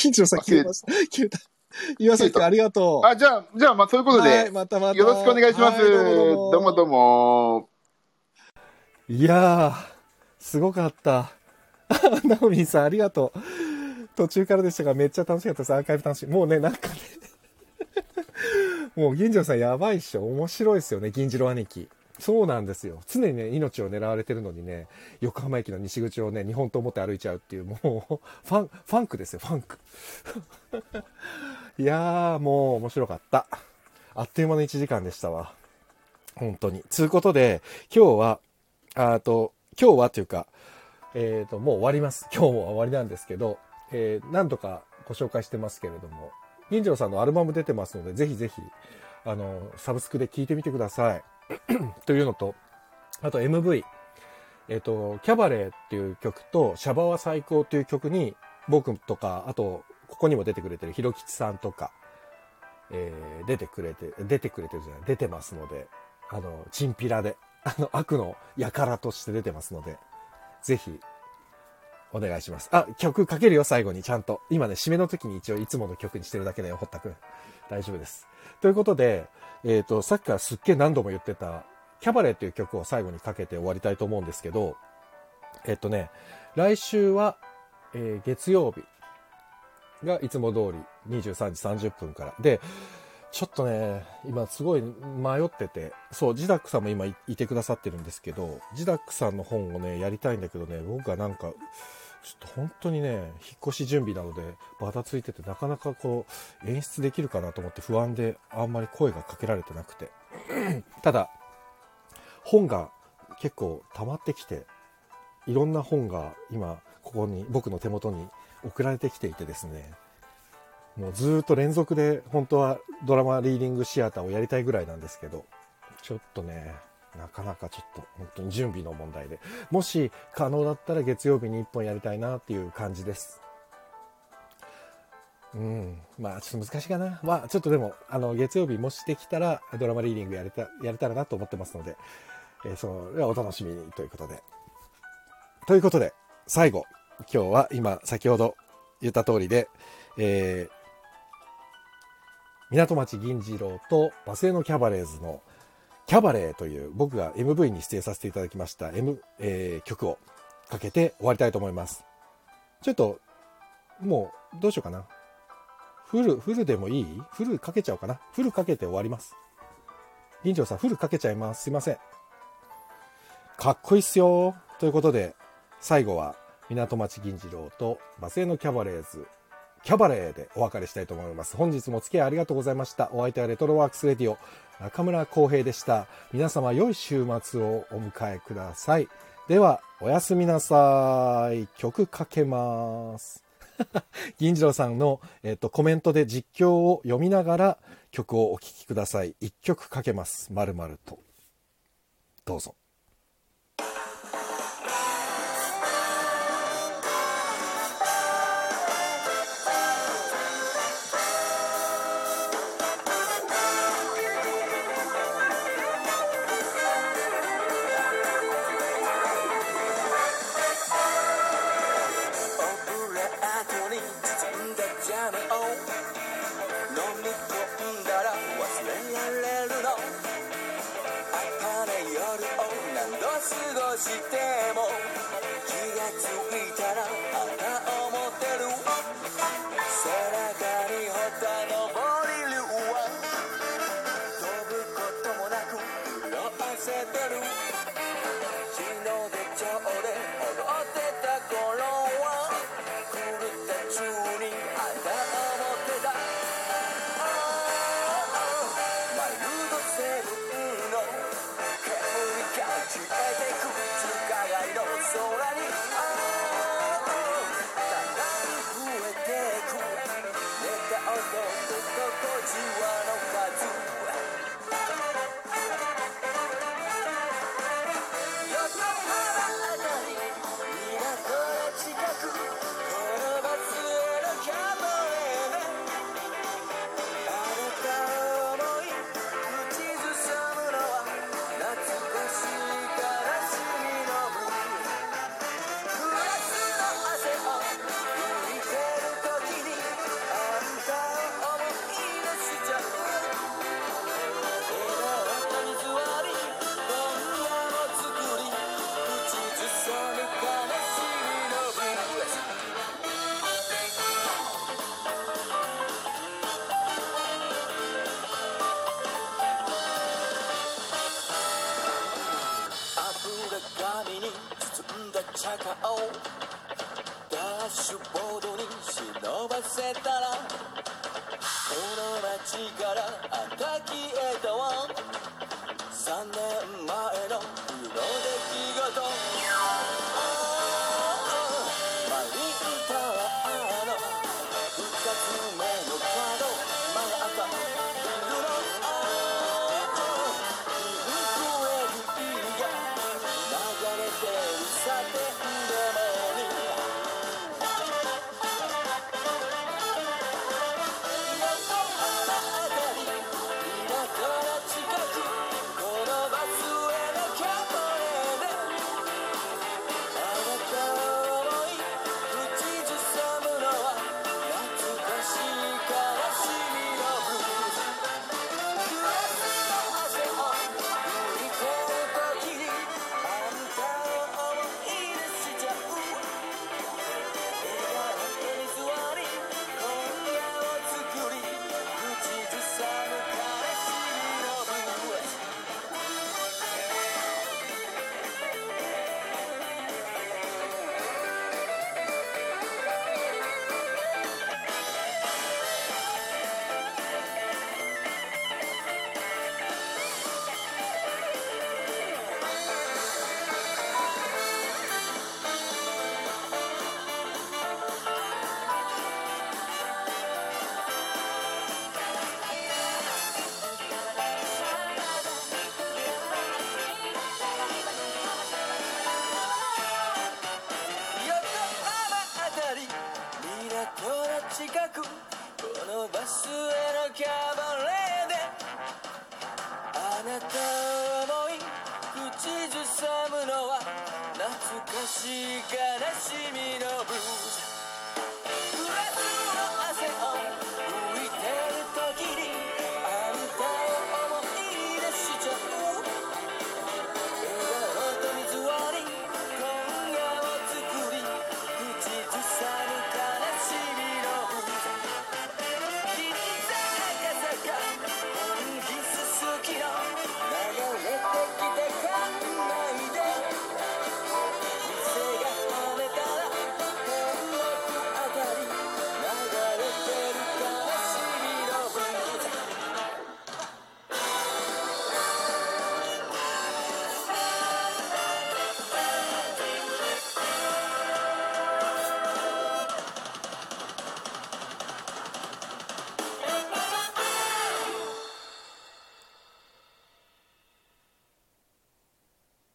Speaker 4: 銀次郎さん、切れます。切れた。岩崎くん、ありがとう。
Speaker 3: あ、じゃあ、じゃあ、まあ、そういうこと
Speaker 4: は
Speaker 3: で
Speaker 4: い、、またまた。
Speaker 3: よろしくお願いします。
Speaker 4: は
Speaker 3: どうもどうも。
Speaker 1: いやー、すごかった。 ナオミンさん、ありがとう。途中からでしたが、めっちゃ楽しかったです。アーカイブ楽しい。もうね、なんかね。もう、銀次郎さん、やばいっしょ。面白いですよね、銀次郎兄貴。そうなんですよ。常にね、命を狙われてるのにね、横浜駅の西口をね、日本と思って歩いちゃうっていう、もう、ファン、ファンクですよ、ファンク。 いやー、もう、面白かった。あっという間の1時間でしたわ。本当に。つうことで、今日は、あと、今日はというか、えっ、と、もう終わります。 今日も終わりなんですけど、えー、なんとかご紹介してますけれども、銀次郎さんのアルバム出てますので、ぜひぜひ、あの、サブスクで聴いてみてください。 というのと、あと MV、えっ、と、キャバレーっていう曲と、シャバは最高っていう曲に、僕とか、あと、ここにも出てくれてるひろきちさんとか、えー出てくれて、出てくれてるじゃない、出てますので、あの、チンピラで、 あの、悪の輩として出てますので、ぜひ、お願いします。あ、曲かけるよ、最後に、ちゃんと。今ね、締めの時に一応いつもの曲にしてるだけだよ、堀田くん。大丈夫です。ということで、えっ、と、さっきからすっげえ何度も言ってた、キャバレーという曲を最後にかけて終わりたいと思うんですけど、えっ、とね、来週は、えー月曜日がいつも通り23時30分から。で、ちょっとね、今すごい迷ってて、そう、ジダックさんも今いいてくださってるんですけど、ジダックさんの本をね、やりたいんだけどね、僕がなんか、ちょっと本当にね、引っ越し準備なので、バタついてて、なかなかこう、演出できるかなと思って不安で、あんまり声がかけられてなくて。 ただ、本が結構溜まってきて、いろんな本が今、ここに、僕の手元に送られてきていてですね、もうずーっと連続で本当はドラマリーディングシアターをやりたいぐらいなんですけど、ちょっとね、なかなかちょっと本当に準備の問題で、もし可能だったら月曜日に1本やりたいなっていう感じです。うん。まあちょっと難しいかな。まあちょっとでも、あの、月曜日もしできたらドラマリーディングやれた、やれたらなと思ってますので、えーそれはお楽しみにということで。ということで、最後、今日は今先ほど言った通りで、えー港町銀次郎とバセのキャバレーズのキャバレーという僕が MV に指定させていただきました M、えー曲をかけて終わりたいと思います。ちょっと、もう、どうしようかな。フル、フルでもいいフルかけちゃおうかな。フルかけて終わります。銀次郎さん、フルかけちゃいます。すいません。かっこいいっすよ。ということで、最後は、港町銀次郎とバセのキャバレーズ、キャバレーでお別れしたいと思います。本日もお付き合いありがとうございました。お相手はレトロワークスレディオ、中村浩平でした。皆様良い週末をお迎えください。では、おやすみなさい。曲かけます。 銀次郎さんの、えっとコメントで実況を読みながら曲をお聴きください。一曲かけます。まるまると。どうぞ。
Speaker 5: オブラートに包んだジャムを飲み込んだら忘れられるの明るい夜を何度過ごしても気がついたらまた思ってる背中にほたのぼりるわ飛ぶこともなく色あせてる日の出帳で踊ってた頃は狂った中にあた思ってたマイルドセブンの煙が消えてく地下街の空にただに増えてく寝た音と心じわの数横浜あたり港の近くこのバスへのキャバレーあなたを思い口ずさむのは懐かしい悲しみの分グラスの汗を拭いてる時にあんたを思い出しちゃうこの後に座り「今夜も作り」「口ずさむのは懐かしい悲しみのブルース」あふれ紙に包んだ茶化をダッシュボードに忍ばせたらこの街からあんた消えたわ3年前の不の出来事ああマリンタワーの2つ目の角まだ赤ビルのああピンクエリーが流れてるサテンでもに横浜あたり港の近くこのバスへのキャバレーであなたを思い口ずさむのは懐かしい悲しみのブルース「グラスの汗を拭いてる時にあんたを思い出しちゃう」「笑顔に座り今夜を作り」「口ずさむ彼氏のブース」横浜あたり港の近くこのバスへのキャバレーであなた